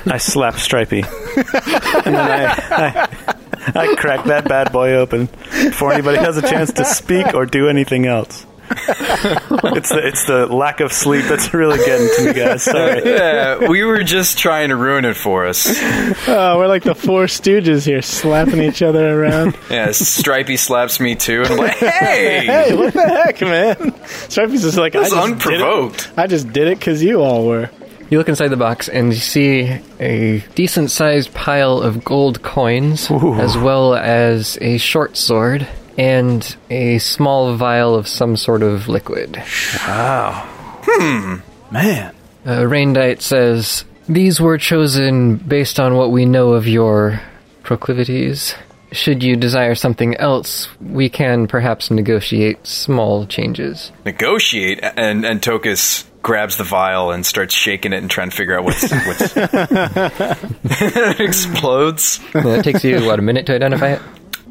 I slap Stripey. and then I, I, I crack that bad boy open before anybody has a chance to speak or do anything else. it's the it's the lack of sleep that's really getting to me, guys. Sorry. Yeah, Uh, we were just trying to ruin it for us. Oh, we're like the four stooges here, slapping each other around. Yeah, Stripey slaps me too, and I'm like, hey! Hey, what the heck, man? Stripey's just like I That's just unprovoked. Did it. I just did it because you all were. You look inside the box and you see a decent sized pile of gold coins, as well as a short sword and a small vial of some sort of liquid. Man, Uh, Raindite says, These were chosen based on what we know of your proclivities. Should you desire something else, we can perhaps negotiate small changes. Negotiate, and, and Tokus grabs the vial and starts shaking it and trying to figure out what's. what's it explodes. And that takes you, what, a minute to identify it?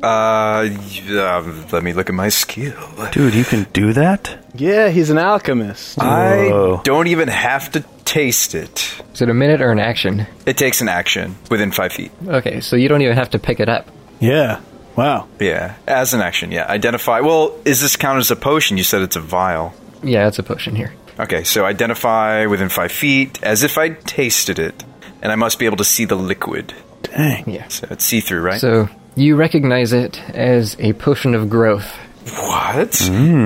Uh, y- um, let me look at my skill. Dude, you can do that? yeah, he's an alchemist. Uh, I Whoa. don't even have to taste it. Is it a minute or an action? It takes an action within five feet. Okay, so you don't even have to pick it up. Yeah. Wow. Yeah, as an action. Yeah, identify. Well, is this count as a potion? You said it's a vial. Yeah, it's a potion here. Okay, so identify within five feet as if I tasted it, and I must be able to see the liquid. Dang. Yeah. So it's see through, right? So you recognize it as a potion of growth, what?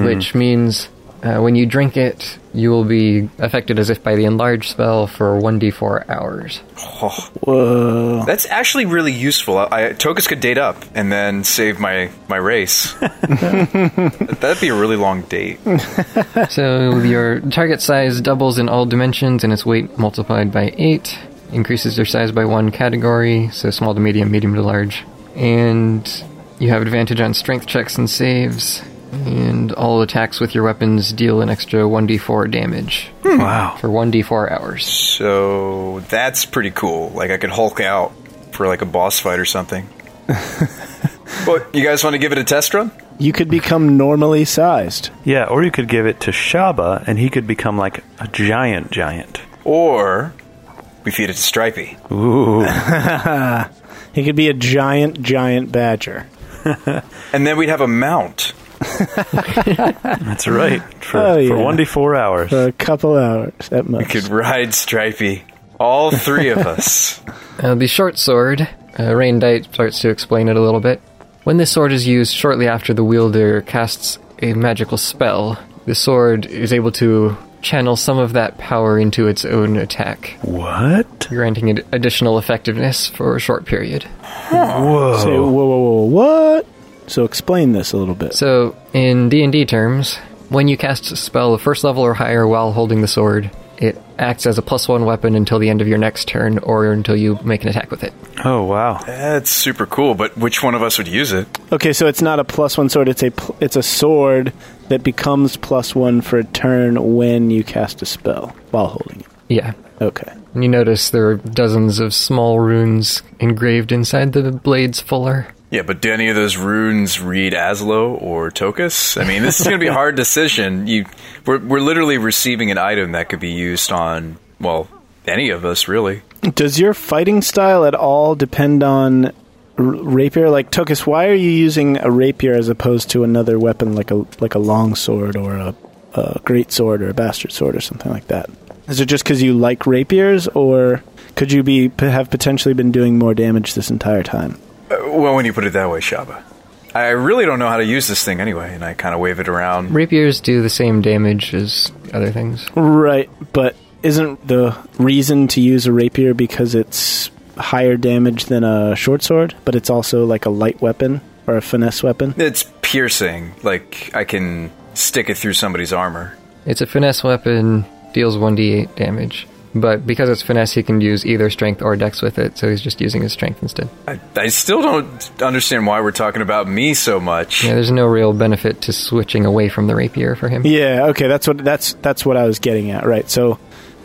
which means uh, when you drink it, you will be affected as if by the enlarge spell for 1d4 hours. Whoa. That's actually really useful. I, I Tokus could date up and then save my my race. That'd be a really long date. so your target size doubles in all dimensions and its weight multiplied by 8, increases your size by one category, so small to medium, medium to large. And you have advantage on strength checks and saves, and all attacks with your weapons deal an extra 1d4 damage Wow. for 1d4 hours. So that's pretty cool. Like I could Hulk out for like a boss fight or something. But you guys want to give it a test run? You could become normally sized. Yeah, or you could give it to Shaba and he could become like a giant giant. Or we feed it to Stripey. Ooh. He could be a giant, giant badger. And then we'd have a mount. That's right. For, Oh, yeah. Uh, for 1d4 hours. For a couple hours at most. Could ride Stripey. All three of us. Uh, the short sword, uh, Rain Dite starts to explain it a little bit. When this sword is used shortly after the wielder casts a magical spell, the sword is able to channel some of that power into its own attack, what? granting it additional effectiveness for a short period. Whoa. Say, Oh. whoa, whoa, whoa, what? So explain this a little bit. So, in D&D terms, when you cast a spell of first level or higher while holding the sword, it acts as a plus one weapon until the end of your next turn or until you make an attack with it. oh, wow. That's super cool, but which one of us would use it? Okay, so it's not a plus one sword. It's a pl- it's a sword that becomes plus one for a turn when you cast a spell while holding it. Yeah, Okay. And You notice there are dozens of small runes engraved inside the blade's fuller. Yeah, but do any of those runes read Aslo or Tokus? I mean, this is going to be a hard decision. You, we're, we're literally receiving an item that could be used on, well, any of us, really. Does your fighting style at all depend on r- rapier? Like Tokus, why are you using a rapier as opposed to another weapon like a like a long sword or a, a great sword or a bastard sword or something like that? Is it just because you like rapiers, or could you be p- have potentially been doing more damage this entire time? Uh, well, when you put it that way, Shaba. I really don't know how to use this thing anyway, and I kind of wave it around. Rapiers do the same damage as other things. Right, but isn't the reason to use a rapier because it's higher damage than a short sword, but it's also like a light weapon or a finesse weapon? It's piercing. Like, I can stick it through somebody's armor. It's a finesse weapon, deals 1d8 damage. But because it's finesse, he can use either strength or dex with it, so he's just using his strength instead. I, I still don't understand why we're talking about me so much. Yeah, there's no real benefit to switching away from the rapier for him. Yeah, okay, that's what that's that's what I was getting at, right? So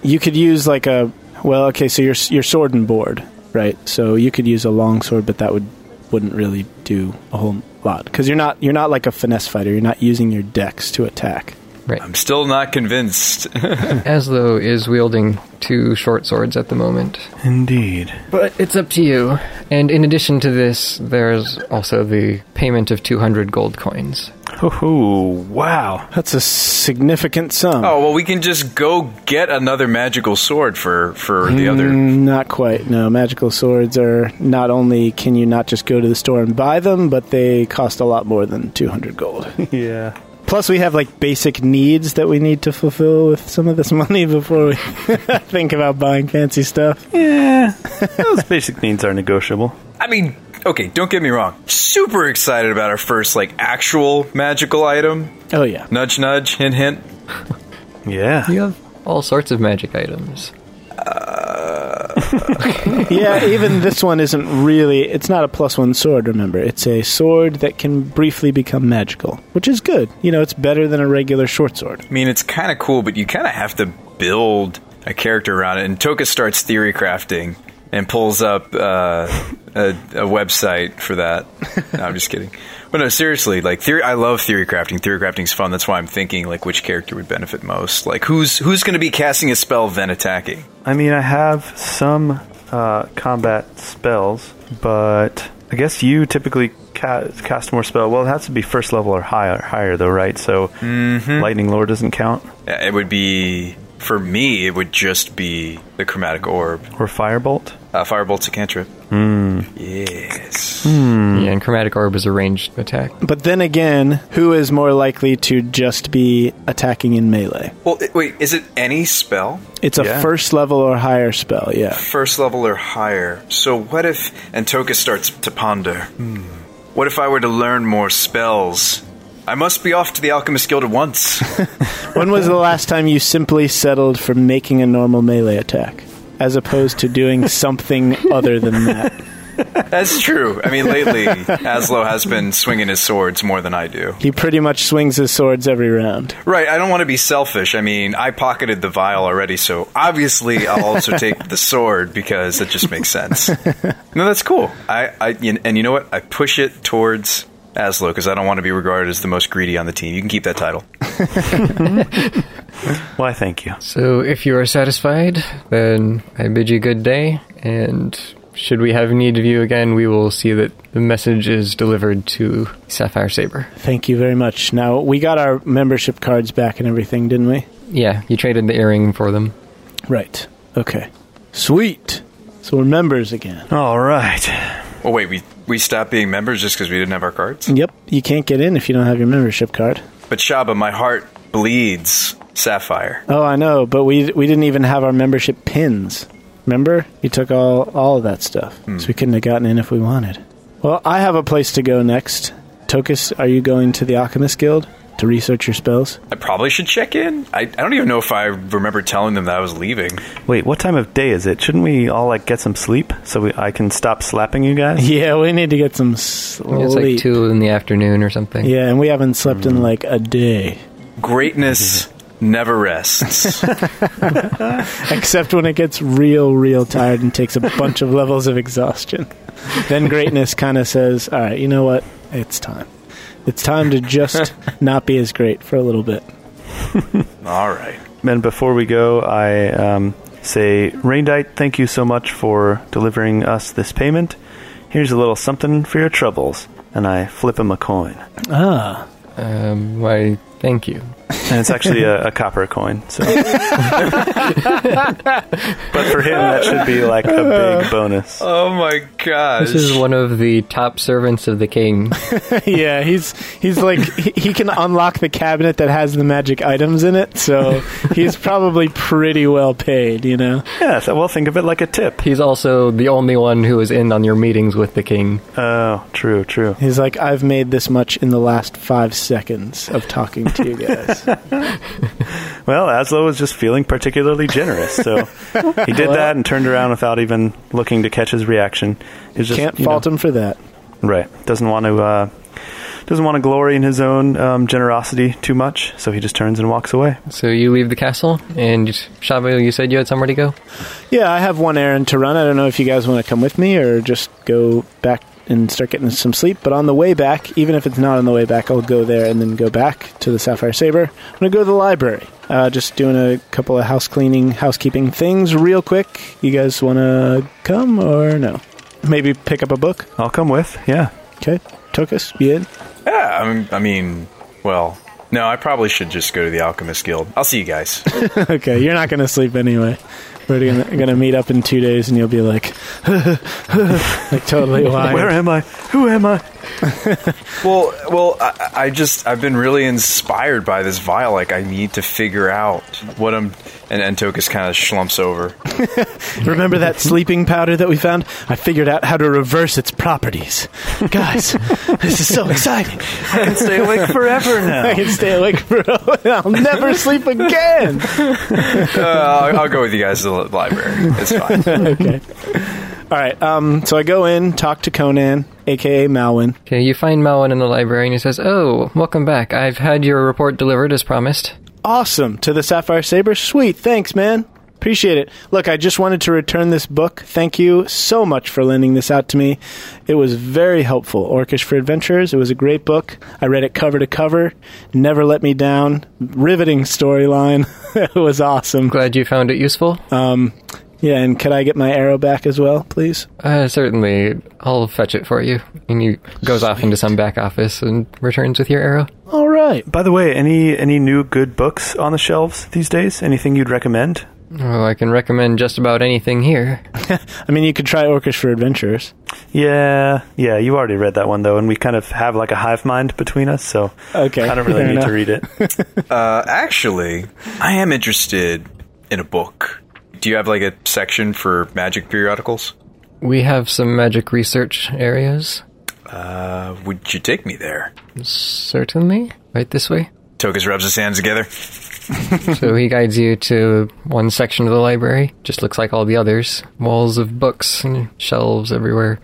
you could use like a well, okay, so your your sword and board, right? So you could use a long sword, but that would wouldn't really do a whole lot cuz you're not you're not like a finesse fighter. You're not using your dex to attack. I'm still not convinced. Aslo is wielding two short swords at the moment. Indeed. But it's up to you. And in addition to this, there's also the payment of 200 gold coins. Hoo-hoo. Wow. That's a significant sum. Oh well, we can just go get another magical sword for for the other. Mm, Not quite. No, magical swords are not only can you not just go to the store and buy them, but they cost a lot more than 200 gold. Yeah. Plus, we have like basic needs that we need to fulfill with some of this money before we think about buying fancy stuff. Yeah. Those basic needs are negotiable. I mean, okay, don't get me wrong. Super excited about our first like actual magical item. Oh yeah, Nudge, nudge, hint, hint. Yeah. You have all sorts of magic items. yeah. Even this one isn't really. It's not a plus one sword. Remember, it's a sword that can briefly become magical, which is good. You know, it's better than a regular short sword. I mean, it's kind of cool, but you kind of have to build a character around it. And Toka starts theory crafting and pulls up uh, a, a website for that. No, I'm just kidding. But no, seriously, like theory. I love theory crafting. Theory crafting's fun. That's why I'm thinking like which character would benefit most. Like who's who's going to be casting a spell then attacking? I mean, I have some uh, combat spells, but I guess you typically ca- cast more spell. Well, it has to be first level or higher, higher though, right? So lightning lore doesn't count, Yeah, It would be for me. It would just be the chromatic orb. or firebolt. Uh, Firebolt's a cantrip. Yes. Yeah, and chromatic orb is a ranged attack. But then again, who is more likely to just be attacking in melee? Well, i- wait. Is it any spell? It's a Yeah. first level or higher spell, yeah. first level or higher. So what if and Toka starts to ponder? What if I were to learn more spells? I must be off to the Alchemist Guild at once. When was the last time you simply settled for making a normal melee attack? As opposed to doing something other than that. That's true. I mean, lately Aslo has been swinging his swords more than I do. He pretty much swings his swords every round. Right? I don't want to be selfish. I mean, I pocketed the vial already, so obviously I'll also take the sword because it just makes sense. No, that's cool. I, I and you know what? I push it towards Aslo because I don't want to be regarded as the most greedy on the team. You can keep that title. Why? Thank you. So if you are satisfied, then I bid you good day, and should we have need of you again, we will see that the message is delivered to Sapphire Saber. Thank you very much. Now, we got our membership cards back and everything, didn't we? Yeah, you traded the earring for them. Right. Okay. Sweet. So we're members again. All right. Well, Oh, wait, we we stopped being members just because we didn't have our cards. Yep. You can't get in if you don't have your membership card. But Shaba, my heart bleeds sapphire. Oh, I know, but we we didn't even have our membership pins. Remember? You took all all of that stuff, so we couldn't have gotten in if we wanted. Well, I have a place to go next. Tokus, are you going to the Alchemist Guild to research your spells? I probably should check in. I, I don't even know if I remember telling them that I was leaving. Wait, what time of day is it? Shouldn't we all like get some sleep so we, I can stop slapping you guys? Yeah, we need to get some sleep. It's like two in the afternoon or something. Yeah, and we haven't slept in like a day, Greatness never rests. except when it gets real, real tired and takes a bunch of levels of exhaustion. Then greatness kind of says, "All right, you know what? It's time. It's time to just not be as great for a little bit." All right. And before we go, I um, say, Raindite, thank you so much for delivering us this payment. Here's a little something for your troubles. And I flip him a coin. Ah. Um, why, thank you. And it's actually a, a copper coin. So. but for him, that should be like a big bonus. Oh my gosh. This is one of the top servants of the king. Yeah, he's he's like he, he can unlock the cabinet that has the magic items in it, so he's probably pretty well paid, you know. Yeah, so well, think of it like a tip. He's also the only one who is in on your meetings with the king. Oh, true, true. He's like, I've made this much in the last five seconds of talking to you guys. Well, Aslo was just feeling particularly generous, so he did that and turned around without even looking to catch his reaction. He's just, Can't you fault know, him for that. Right. Doesn't want to uh, doesn't want to glory in his own um, generosity too much, so he just turns and walks away. So you leave the castle, and Shava, you said you had somewhere to go? Yeah, I have one errand to run. I don't know if you guys want to come with me or just go back and start getting some sleep. But on the way back, even if it's not on the way back, I'll go there and then go back to the Sapphire Saber. I'm going to go to the library. Uh, just doing a couple of house cleaning, housekeeping things real quick. You guys want to come or no? Maybe pick up a book? I'll come with. Yeah. Okay. Tokus, you in? yeah, I mean, I mean, well, no, I probably should just go to the Alchemist Guild. I'll see you guys. okay, you're not going to sleep anyway. We're going to meet up in two days and you'll be like, like totally wired. Where am I? Who am I? Well, well, I, I just I've been really inspired by this vial. Like, I need to figure out what I'm. And Antokus kind of slumps over. Remember that sleeping powder that we found? I figured out how to reverse its properties. Guys, this is so exciting. I can stay awake forever I now. can stay awake for I'll never sleep again. Uh, I'll, I'll go with you guys to the library. It's fine. Okay. All right. Um, so I go in, talk to Conan, aka Malwin. Okay, you find Malwin in the library, and he says, Oh, welcome back. I've had your report delivered as promised. Awesome. To the Sapphire Saber. Sweet. Thanks, man. Appreciate it. Look, I just wanted to return this book. Thank you so much for lending this out to me. It was very helpful. Orcish for Adventurers. It was a great book. I read it cover to cover. Never let me down. Riveting storyline. it was awesome. Glad you found it useful. Um, yeah, and could I get my arrow back as well, please? Uh, certainly, I'll fetch it for you. And he goes off into some back office and returns with your arrow. All right. By the way, any any new good books on the shelves these days? Anything you'd recommend? Oh, I can recommend just about anything here. I mean, you could try Orcish for Adventurers. Yeah, yeah. You already read that one though, and we kind of have like a hive mind between us, so Okay, I don't really fair need enough. to read it. Uh, actually, I am interested in a book. Do you have like a section for magic periodicals? We have some magic research areas. Uh, would you take me there? Certainly. Right this way. Tokus rubs his hands together. So he guides you to one section of the library. Just looks like all the others. Walls of books and shelves everywhere.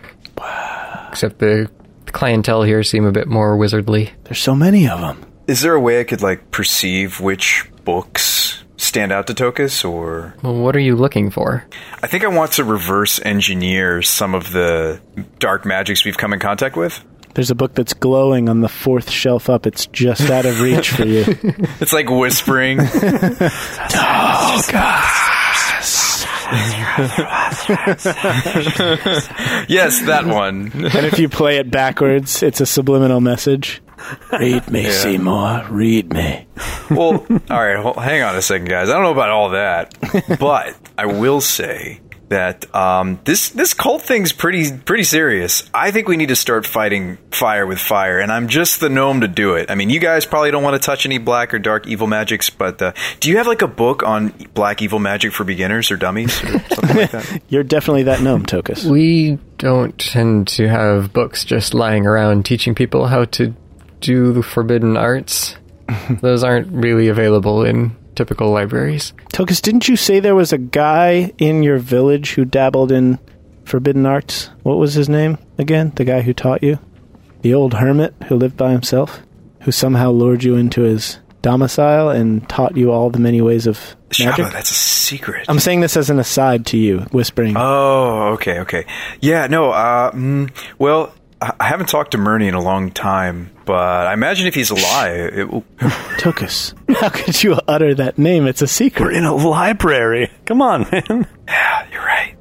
Except the the clientele here seem a bit more wizardly. There's so many of them. Is there a way I could like perceive which books stand out to Tokus, or Well, what are you looking for? I think I want to reverse engineer some of the dark magics we've come in contact with. There's a book that's glowing on the fourth shelf up. It's just out of reach for you. It's like whispering. yes, that one. And if you play it backwards, it's a subliminal message. Read me, Seymour. Read me. Well, all right, well, hang on a second, guys. I don't know about all that, but I will say that um, this this cult thing's pretty pretty serious. I think we need to start fighting fire with fire, and I'm just the gnome to do it. I mean, you guys probably don't want to touch any black or dark evil magics, but uh, do you have like a book on black evil magic for beginners or dummies or something like that? You're definitely that gnome, Tokus. We don't tend to have books just lying around teaching people how to do the forbidden arts. Those aren't really available in typical libraries. Tokus, didn't you say there was a guy in your village who dabbled in forbidden arts? What was his name again? The guy who taught you? The old hermit who lived by himself? Who somehow lured you into his domicile and taught you all the many ways of magic? Um, Shabba, that's a secret. I'm saying this as an aside to you, whispering. Oh, okay, okay. Yeah, no, uh, mm, well, I I haven't talked to Murney in a long time, but I imagine if he's alive, it will, Tokus, how could you utter that name? It's a We're secret. in a library. Come on, man. you're right.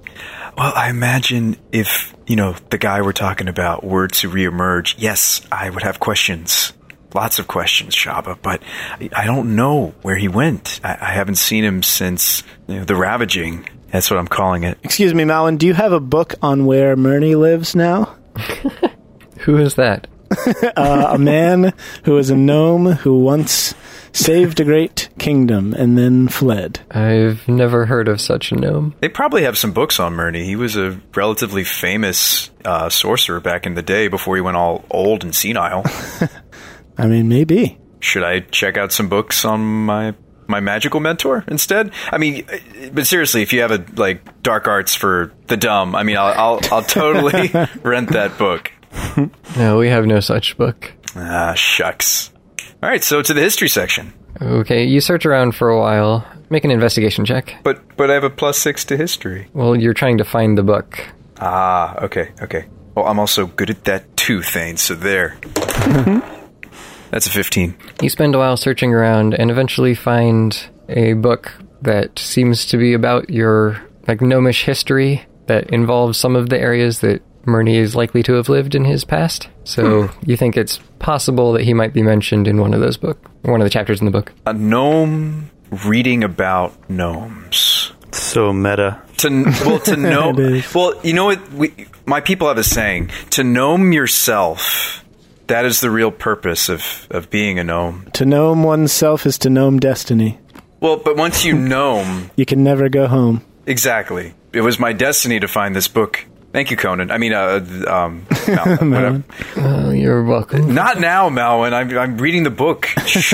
Well, I imagine if, you know, the guy we're talking about were to reemerge, yes, I would have questions. Lots of questions, Shaba, but I- I don't know where he went. I, I haven't seen him since you know, the Ravaging. That's what I'm calling it. Excuse me, Malin, do you have a book on where Murney lives now? Who is that? Uh, a man who is a gnome who once saved a great kingdom and then fled. I've never heard of such a gnome. They probably have some books on Murney. He was a relatively famous uh, sorcerer back in the day before he went all old and senile. I mean, maybe. Should I check out some books on my my magical mentor instead? I mean, uh, but seriously, if you have a like dark arts for the dumb, I mean, I'll I'll, I'll totally rent that book. No, we have no such book. Ah, shucks. All right, so to the history section. Okay, you search around for a while. Make an investigation check. But but I have a plus six to history. Well, you're trying to find the book. Ah, okay, okay. Well, I'm also good at that too, Thane. So there. That's a fifteen. You spend a while searching around and eventually find a book that seems to be about your like gnomish history that involves some of the areas that Murney is likely to have lived in his past. So you think it's possible that he might be mentioned in one of those book, one of the chapters in the book. a gnome reading about gnomes. So meta. To well, to know well, you know what? We, my people have a saying: to gnome yourself. That is the real purpose of of being a gnome. To gnome oneself is to gnome destiny. Well, but once you gnome, You can never go home. exactly. It was my destiny to find this book. Thank you, Conan. I mean, uh, um, Mal- whatever. Oh, you're welcome. not now, Malwin. I'm, I'm reading the book. Shh.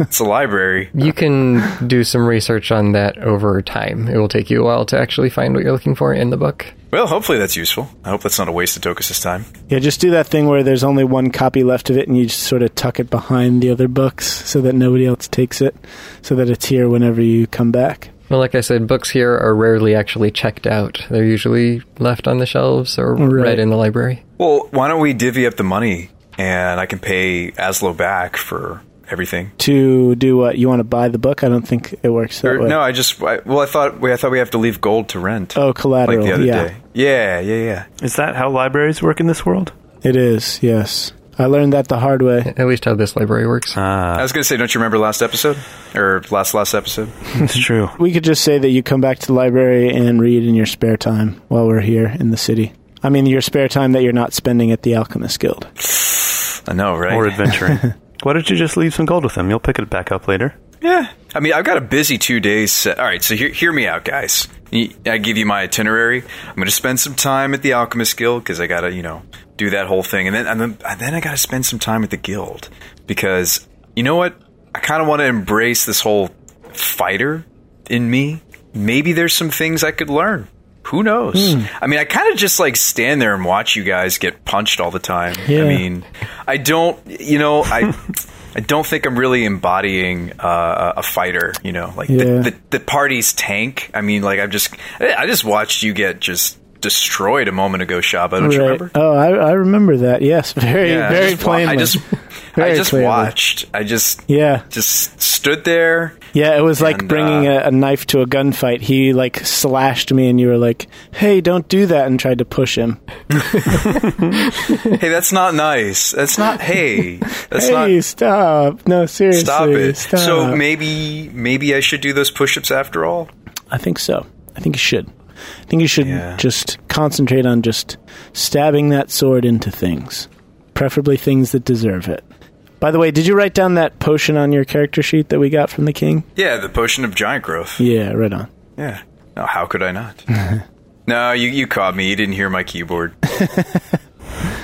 it's a library. You can do some research on that over time. It will take you a while to actually find what you're looking for in the book. Well, hopefully that's useful. I hope that's not a waste of Tokus' time. Yeah, just do that thing where there's only one copy left of it and you just sort of tuck it behind the other books so that nobody else takes it, so that it's here whenever you come back. Well, like I said, books here are rarely actually checked out. They're usually left on the shelves or Right. read in the library. Well, why don't we divvy up the money and I can pay Aslo back for everything? To do what? You want to buy the book? I don't think it works that Or- way. Er, no, I just I, well, I thought we I thought we have to leave gold to rent. Oh, collateral. Like the other yeah. day. Yeah, yeah, yeah. Is that how libraries work in this world? It is, yes. I learned that the hard way. At least how this library works. I was gonna say, don't you remember last episode or last last episode? It's true. We could just say that you come back to the library and read in your spare time while we're here in the city. I mean, your spare time that you're not spending at the Alchemist Guild. I know, right? Or adventuring. Why don't you just leave some gold with them? You'll pick it back up later. Yeah. I mean, I've got a busy two days. Set. All right, so hear, hear me out, guys. Y- I give you my itinerary. I'm going to spend some time at the Alchemist Guild because I got to, you know, do that whole thing, and then and then, and then I got to spend some time at the guild because you know what? I kind of want to embrace this whole fighter in me. Maybe there's some things I could learn. Who knows? I mean, I kind of just like stand there and watch you guys get punched all the time. Yeah. I mean, I don't, you know, I, I don't think I'm really embodying uh, a a fighter. You know, like Yeah. the, the the party's tank. I mean, like I've just, eh, I just watched you get just destroyed a moment ago, Shaba. Don't you remember? Oh, I, I remember that. Yes, very, Yeah, I very just wa- plainly. I just, I Very just plainly. watched. I just, Yeah. just stood there. Yeah, it was like And, uh, bringing a, a knife to a gunfight. He like slashed me, and you were like, "Hey, don't do that!" and tried to push him. Hey, that's not nice. That's not. Hey, that's not. hey, stop! No, seriously, Stop it. Stop. So maybe, maybe I should do those push-ups after all. I think so. I think you should. I think you should Yeah. just concentrate on just stabbing that sword into things, preferably things that deserve it. By the way, did you write down that potion on your character sheet that we got from the king? Yeah, the potion of giant growth. Yeah, right on. Yeah. No, how could I not? no, you, you caught me. You didn't hear my keyboard.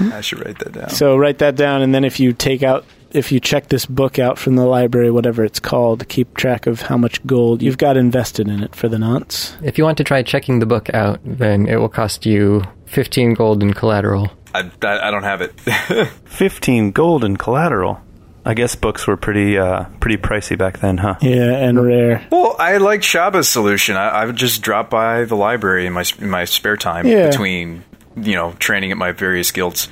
I should write that down. So write that down, and then if you take out, if you check this book out from the library, whatever it's called, keep track of how much gold you've got invested in it for the nonce. If you want to try checking the book out, then it will cost you 15 gold in collateral. I, I, I don't have it. 15 gold in collateral. I guess books were pretty uh, pretty pricey back then, huh? Yeah, and rare. well, I like Shaba's solution. I, I would just drop by the library in my in my spare time Yeah. between you know training at my various guilds.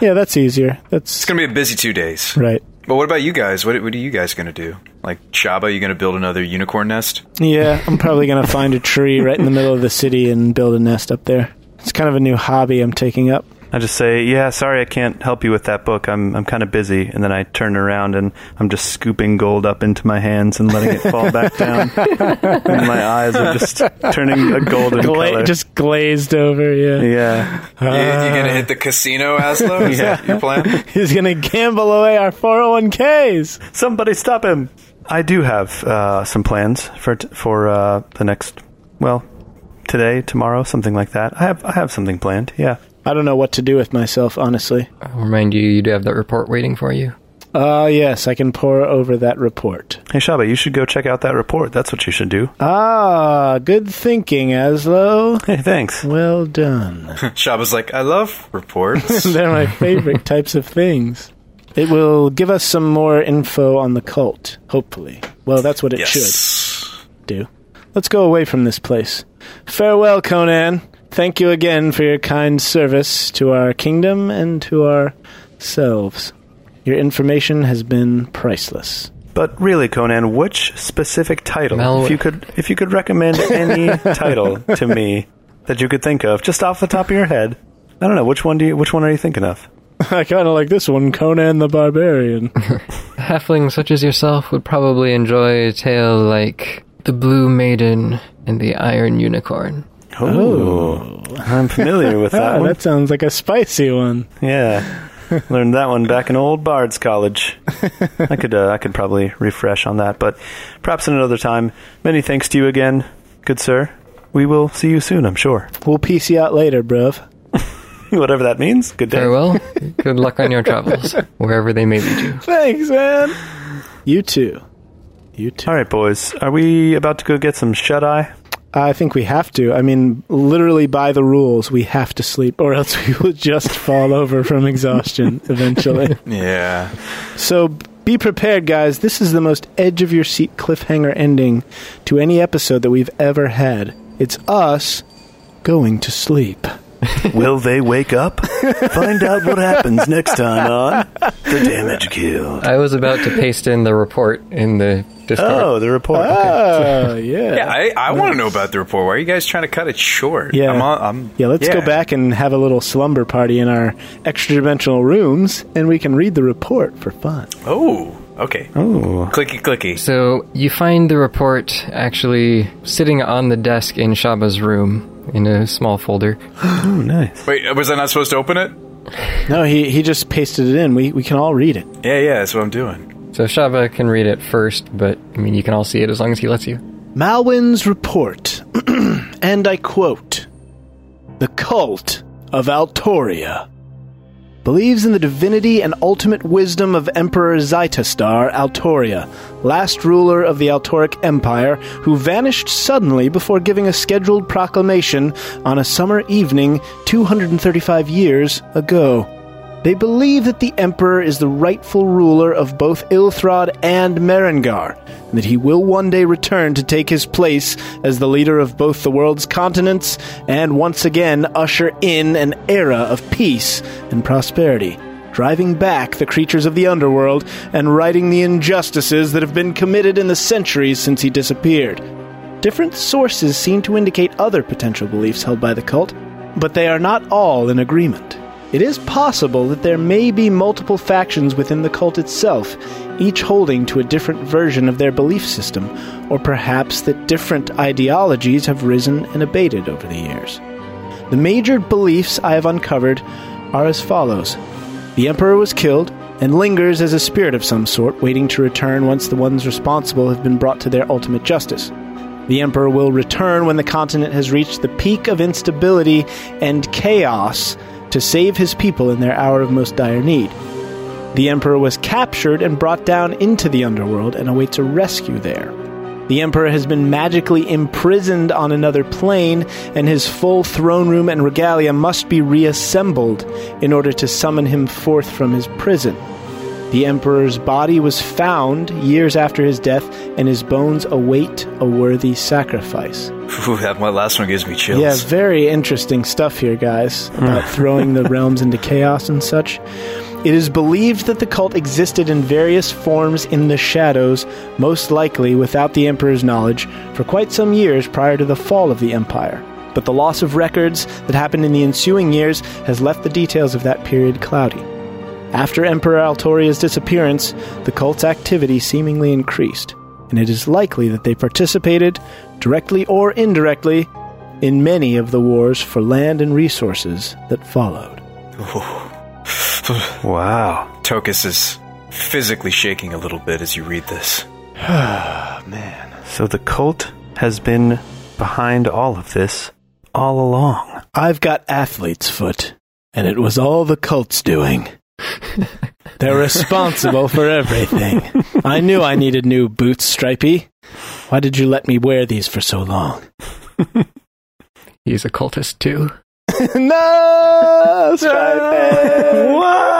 Yeah, that's easier. That's It's gonna be a busy two days. right. But what about you guys? What what are you guys gonna do? Like Shaba, you gonna build another unicorn nest? Yeah, I'm probably gonna find a tree right in the middle of the city and build a nest up there. It's kind of a new hobby I'm taking up. I just say, "Yeah, sorry, I can't help you with that book. I'm I'm kind of busy." And then I turn around and I'm just scooping gold up into my hands and letting it fall back down. and my eyes are just turning a golden color. Gla- just glazed over. Yeah, yeah. Uh, You, you gonna hit the casino, Aslo? Is that your plan? he's gonna gamble away our 401ks. Somebody stop him! I do have uh, some plans for t- for uh, the next, well, today, tomorrow, something like that. I have I have something planned. Yeah. I don't know what to do with myself, honestly. I'll remind you, you do have that report waiting for you. Uh, yes, I can pour over that report. Hey Shaba, you should go check out that report. That's what you should do. Ah, good thinking, Aslo. Hey, thanks. Well done. Shaba's like, I love reports. They're my favorite types of things. It will give us some more info on the cult, hopefully. Well, that's what it should do. Let's go away from this place. Farewell, Conan. Thank you again for your kind service to our kingdom and to ourselves. Your information has been priceless. But really, Conan, which specific title, Mel- if you could, if you could recommend any title to me that you could think of, just off the top of your head, I don't know which one do you, which one are you thinking of? I kind of like this one, Conan the Barbarian. Ah, A halfling such as yourself would probably enjoy a tale like The Blue Maiden and the Iron Unicorn. Oh, I'm familiar with that Ah, one. that sounds like a spicy one. Yeah, learned that one back in old Bard's College. I could, uh, I could probably refresh on that, but perhaps in another time. Many thanks to you again, good sir. We will see you soon, I'm sure. We'll piece you out later, bruv. Whatever that means. Good day. Farewell. Good luck on your travels, wherever they may lead you. Thanks, man. You too. You too. All right, boys. Are we about to go get some shut eye? I think we have to. I mean, literally by the rules, we have to sleep, or else we will just fall over from exhaustion eventually. Yeah. So, Be prepared, guys. This is the most edge of your seat cliffhanger ending to any episode that we've ever had. It's us going to sleep. Will they wake up? Find out what happens next time on The Damage Guild. I was about to paste in the report in the Discord. Oh, the report. Oh, Uh, yeah. Yeah, I, I want to know about the report. Why are you guys trying to cut it short? Yeah. I'm on, I'm, Yeah, let's go back and have a little slumber party in our extra dimensional rooms, and we can read the report for fun. Oh, okay. Ooh. Clicky, clicky. So you find the report actually sitting on the desk in Shaba's room in a small folder. Oh, nice. Wait, was I not supposed to open it? No, he, he just pasted it in. We, we can all read it. Yeah, yeah, that's what I'm doing. So Shaba can read it first, but I mean you can all see it as long as he lets you. Malwin's report, and I quote The cult of Altoria believes in the divinity and ultimate wisdom of Emperor Zytastar Altoria, last ruler of the Altoric Empire, who vanished suddenly before giving a scheduled proclamation on a summer evening 235 years ago. They believe that the Emperor is the rightful ruler of both Ilthrod and Merengar, and that he will one day return to take his place as the leader of both the world's continents and once again usher in an era of peace and prosperity, driving back the creatures of the underworld and righting the injustices that have been committed in the centuries since he disappeared. Different sources seem to indicate other potential beliefs held by the cult, but they are not all in agreement. It is possible that there may be multiple factions within the cult itself, each holding to a different version of their belief system, or perhaps that different ideologies have risen and abated over the years. The major beliefs I have uncovered are as follows The Emperor was killed and lingers as a spirit of some sort, waiting to return once the ones responsible have been brought to their ultimate justice. The Emperor will return when the continent has reached the peak of instability and chaos to save his people in their hour of most dire need. The Emperor was captured and brought down into the underworld and awaits a rescue there. The Emperor has been magically imprisoned on another plane, and his full throne room and regalia must be reassembled in order to summon him forth from his prison. The Emperor's body was found years after his death, and his bones await a worthy sacrifice. Ooh, that my last one gives me chills. Yeah, very interesting stuff here, guys, about throwing the realms into chaos and such. It is believed that the cult existed in various forms in the shadows, most likely without the Emperor's knowledge, for quite some years prior to the fall of the Empire. But the loss of records that happened in the ensuing years has left the details of that period cloudy. After Emperor Altoria's disappearance, the cult's activity seemingly increased, and it is likely that they participated, directly or indirectly, in many of the wars for land and resources that followed. Wow. Tokus is physically shaking a little bit as you read this. So the cult has been behind all of this all along. I've got athlete's foot, and it was all the cult's doing. They're responsible for everything. I knew I needed new boots, Stripey. Why did you let me wear these for so long? He's a cultist too. no, Stripey! What?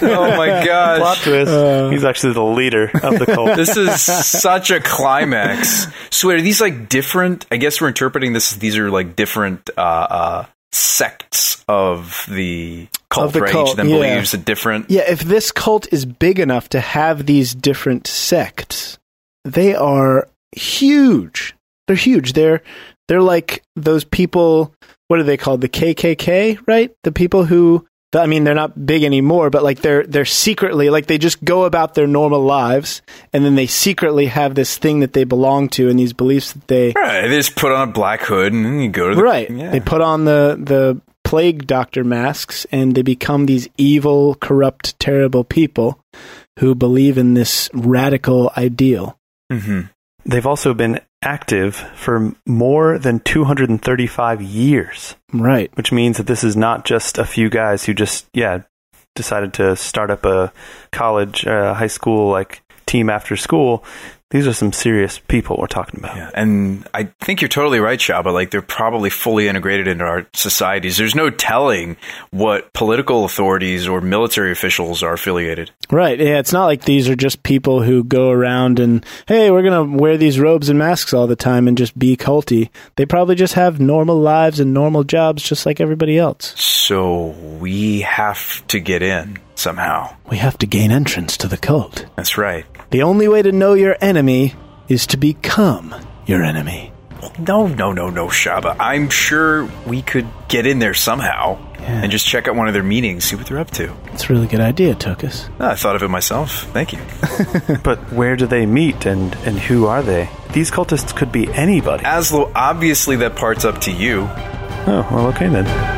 Uh. Oh my Plot gosh. twist. He's actually the leader of the cult. This is such a climax. So are these like different? I guess we're interpreting this. as These are like different uh, uh, sects of the cult, Of the right? Each cult, of them yeah. believes a different. Yeah, if this cult is big enough to have these different sects, they are huge. They're huge. They're they're like those people. What are they called? The KKK, right? The people who. I mean, they're not big anymore, but like they're they're secretly like they just go about their normal lives, and then they secretly have this thing that they belong to and these beliefs that they Right, they just put on a black hood and then you go to the right. Yeah. They put on the the plague doctor masks and they become these evil, corrupt, terrible people who believe in this radical ideal. hmm They've also been active for more than 235 years, Right. which means that this is not just a few guys who just, yeah, decided to start up a college, uh, high school, like team after school. These are some serious people we're talking about. Yeah, and I think you're totally right, Shaba. Like they're probably fully integrated into our societies. There's no telling what political authorities or military officials are affiliated. Right. Yeah, it's not like these are just people who go around and, hey, we're going to wear these robes and masks all the time and just be culty. They probably just have normal lives and normal jobs just like everybody else. So we have to get in somehow. We have to gain entrance to the cult. That's right. The only way to know your enemy is to become your enemy. No, no, no, no, Shaba. I'm sure we could get in there somehow and just check out one of their meetings, see what they're up to. It's a really good idea, Tokus. Ah, I thought of it myself. Thank you. But where do they meet and, and who are they? These cultists could be anybody. Aslo, obviously that part's up to you. Oh, well, okay then.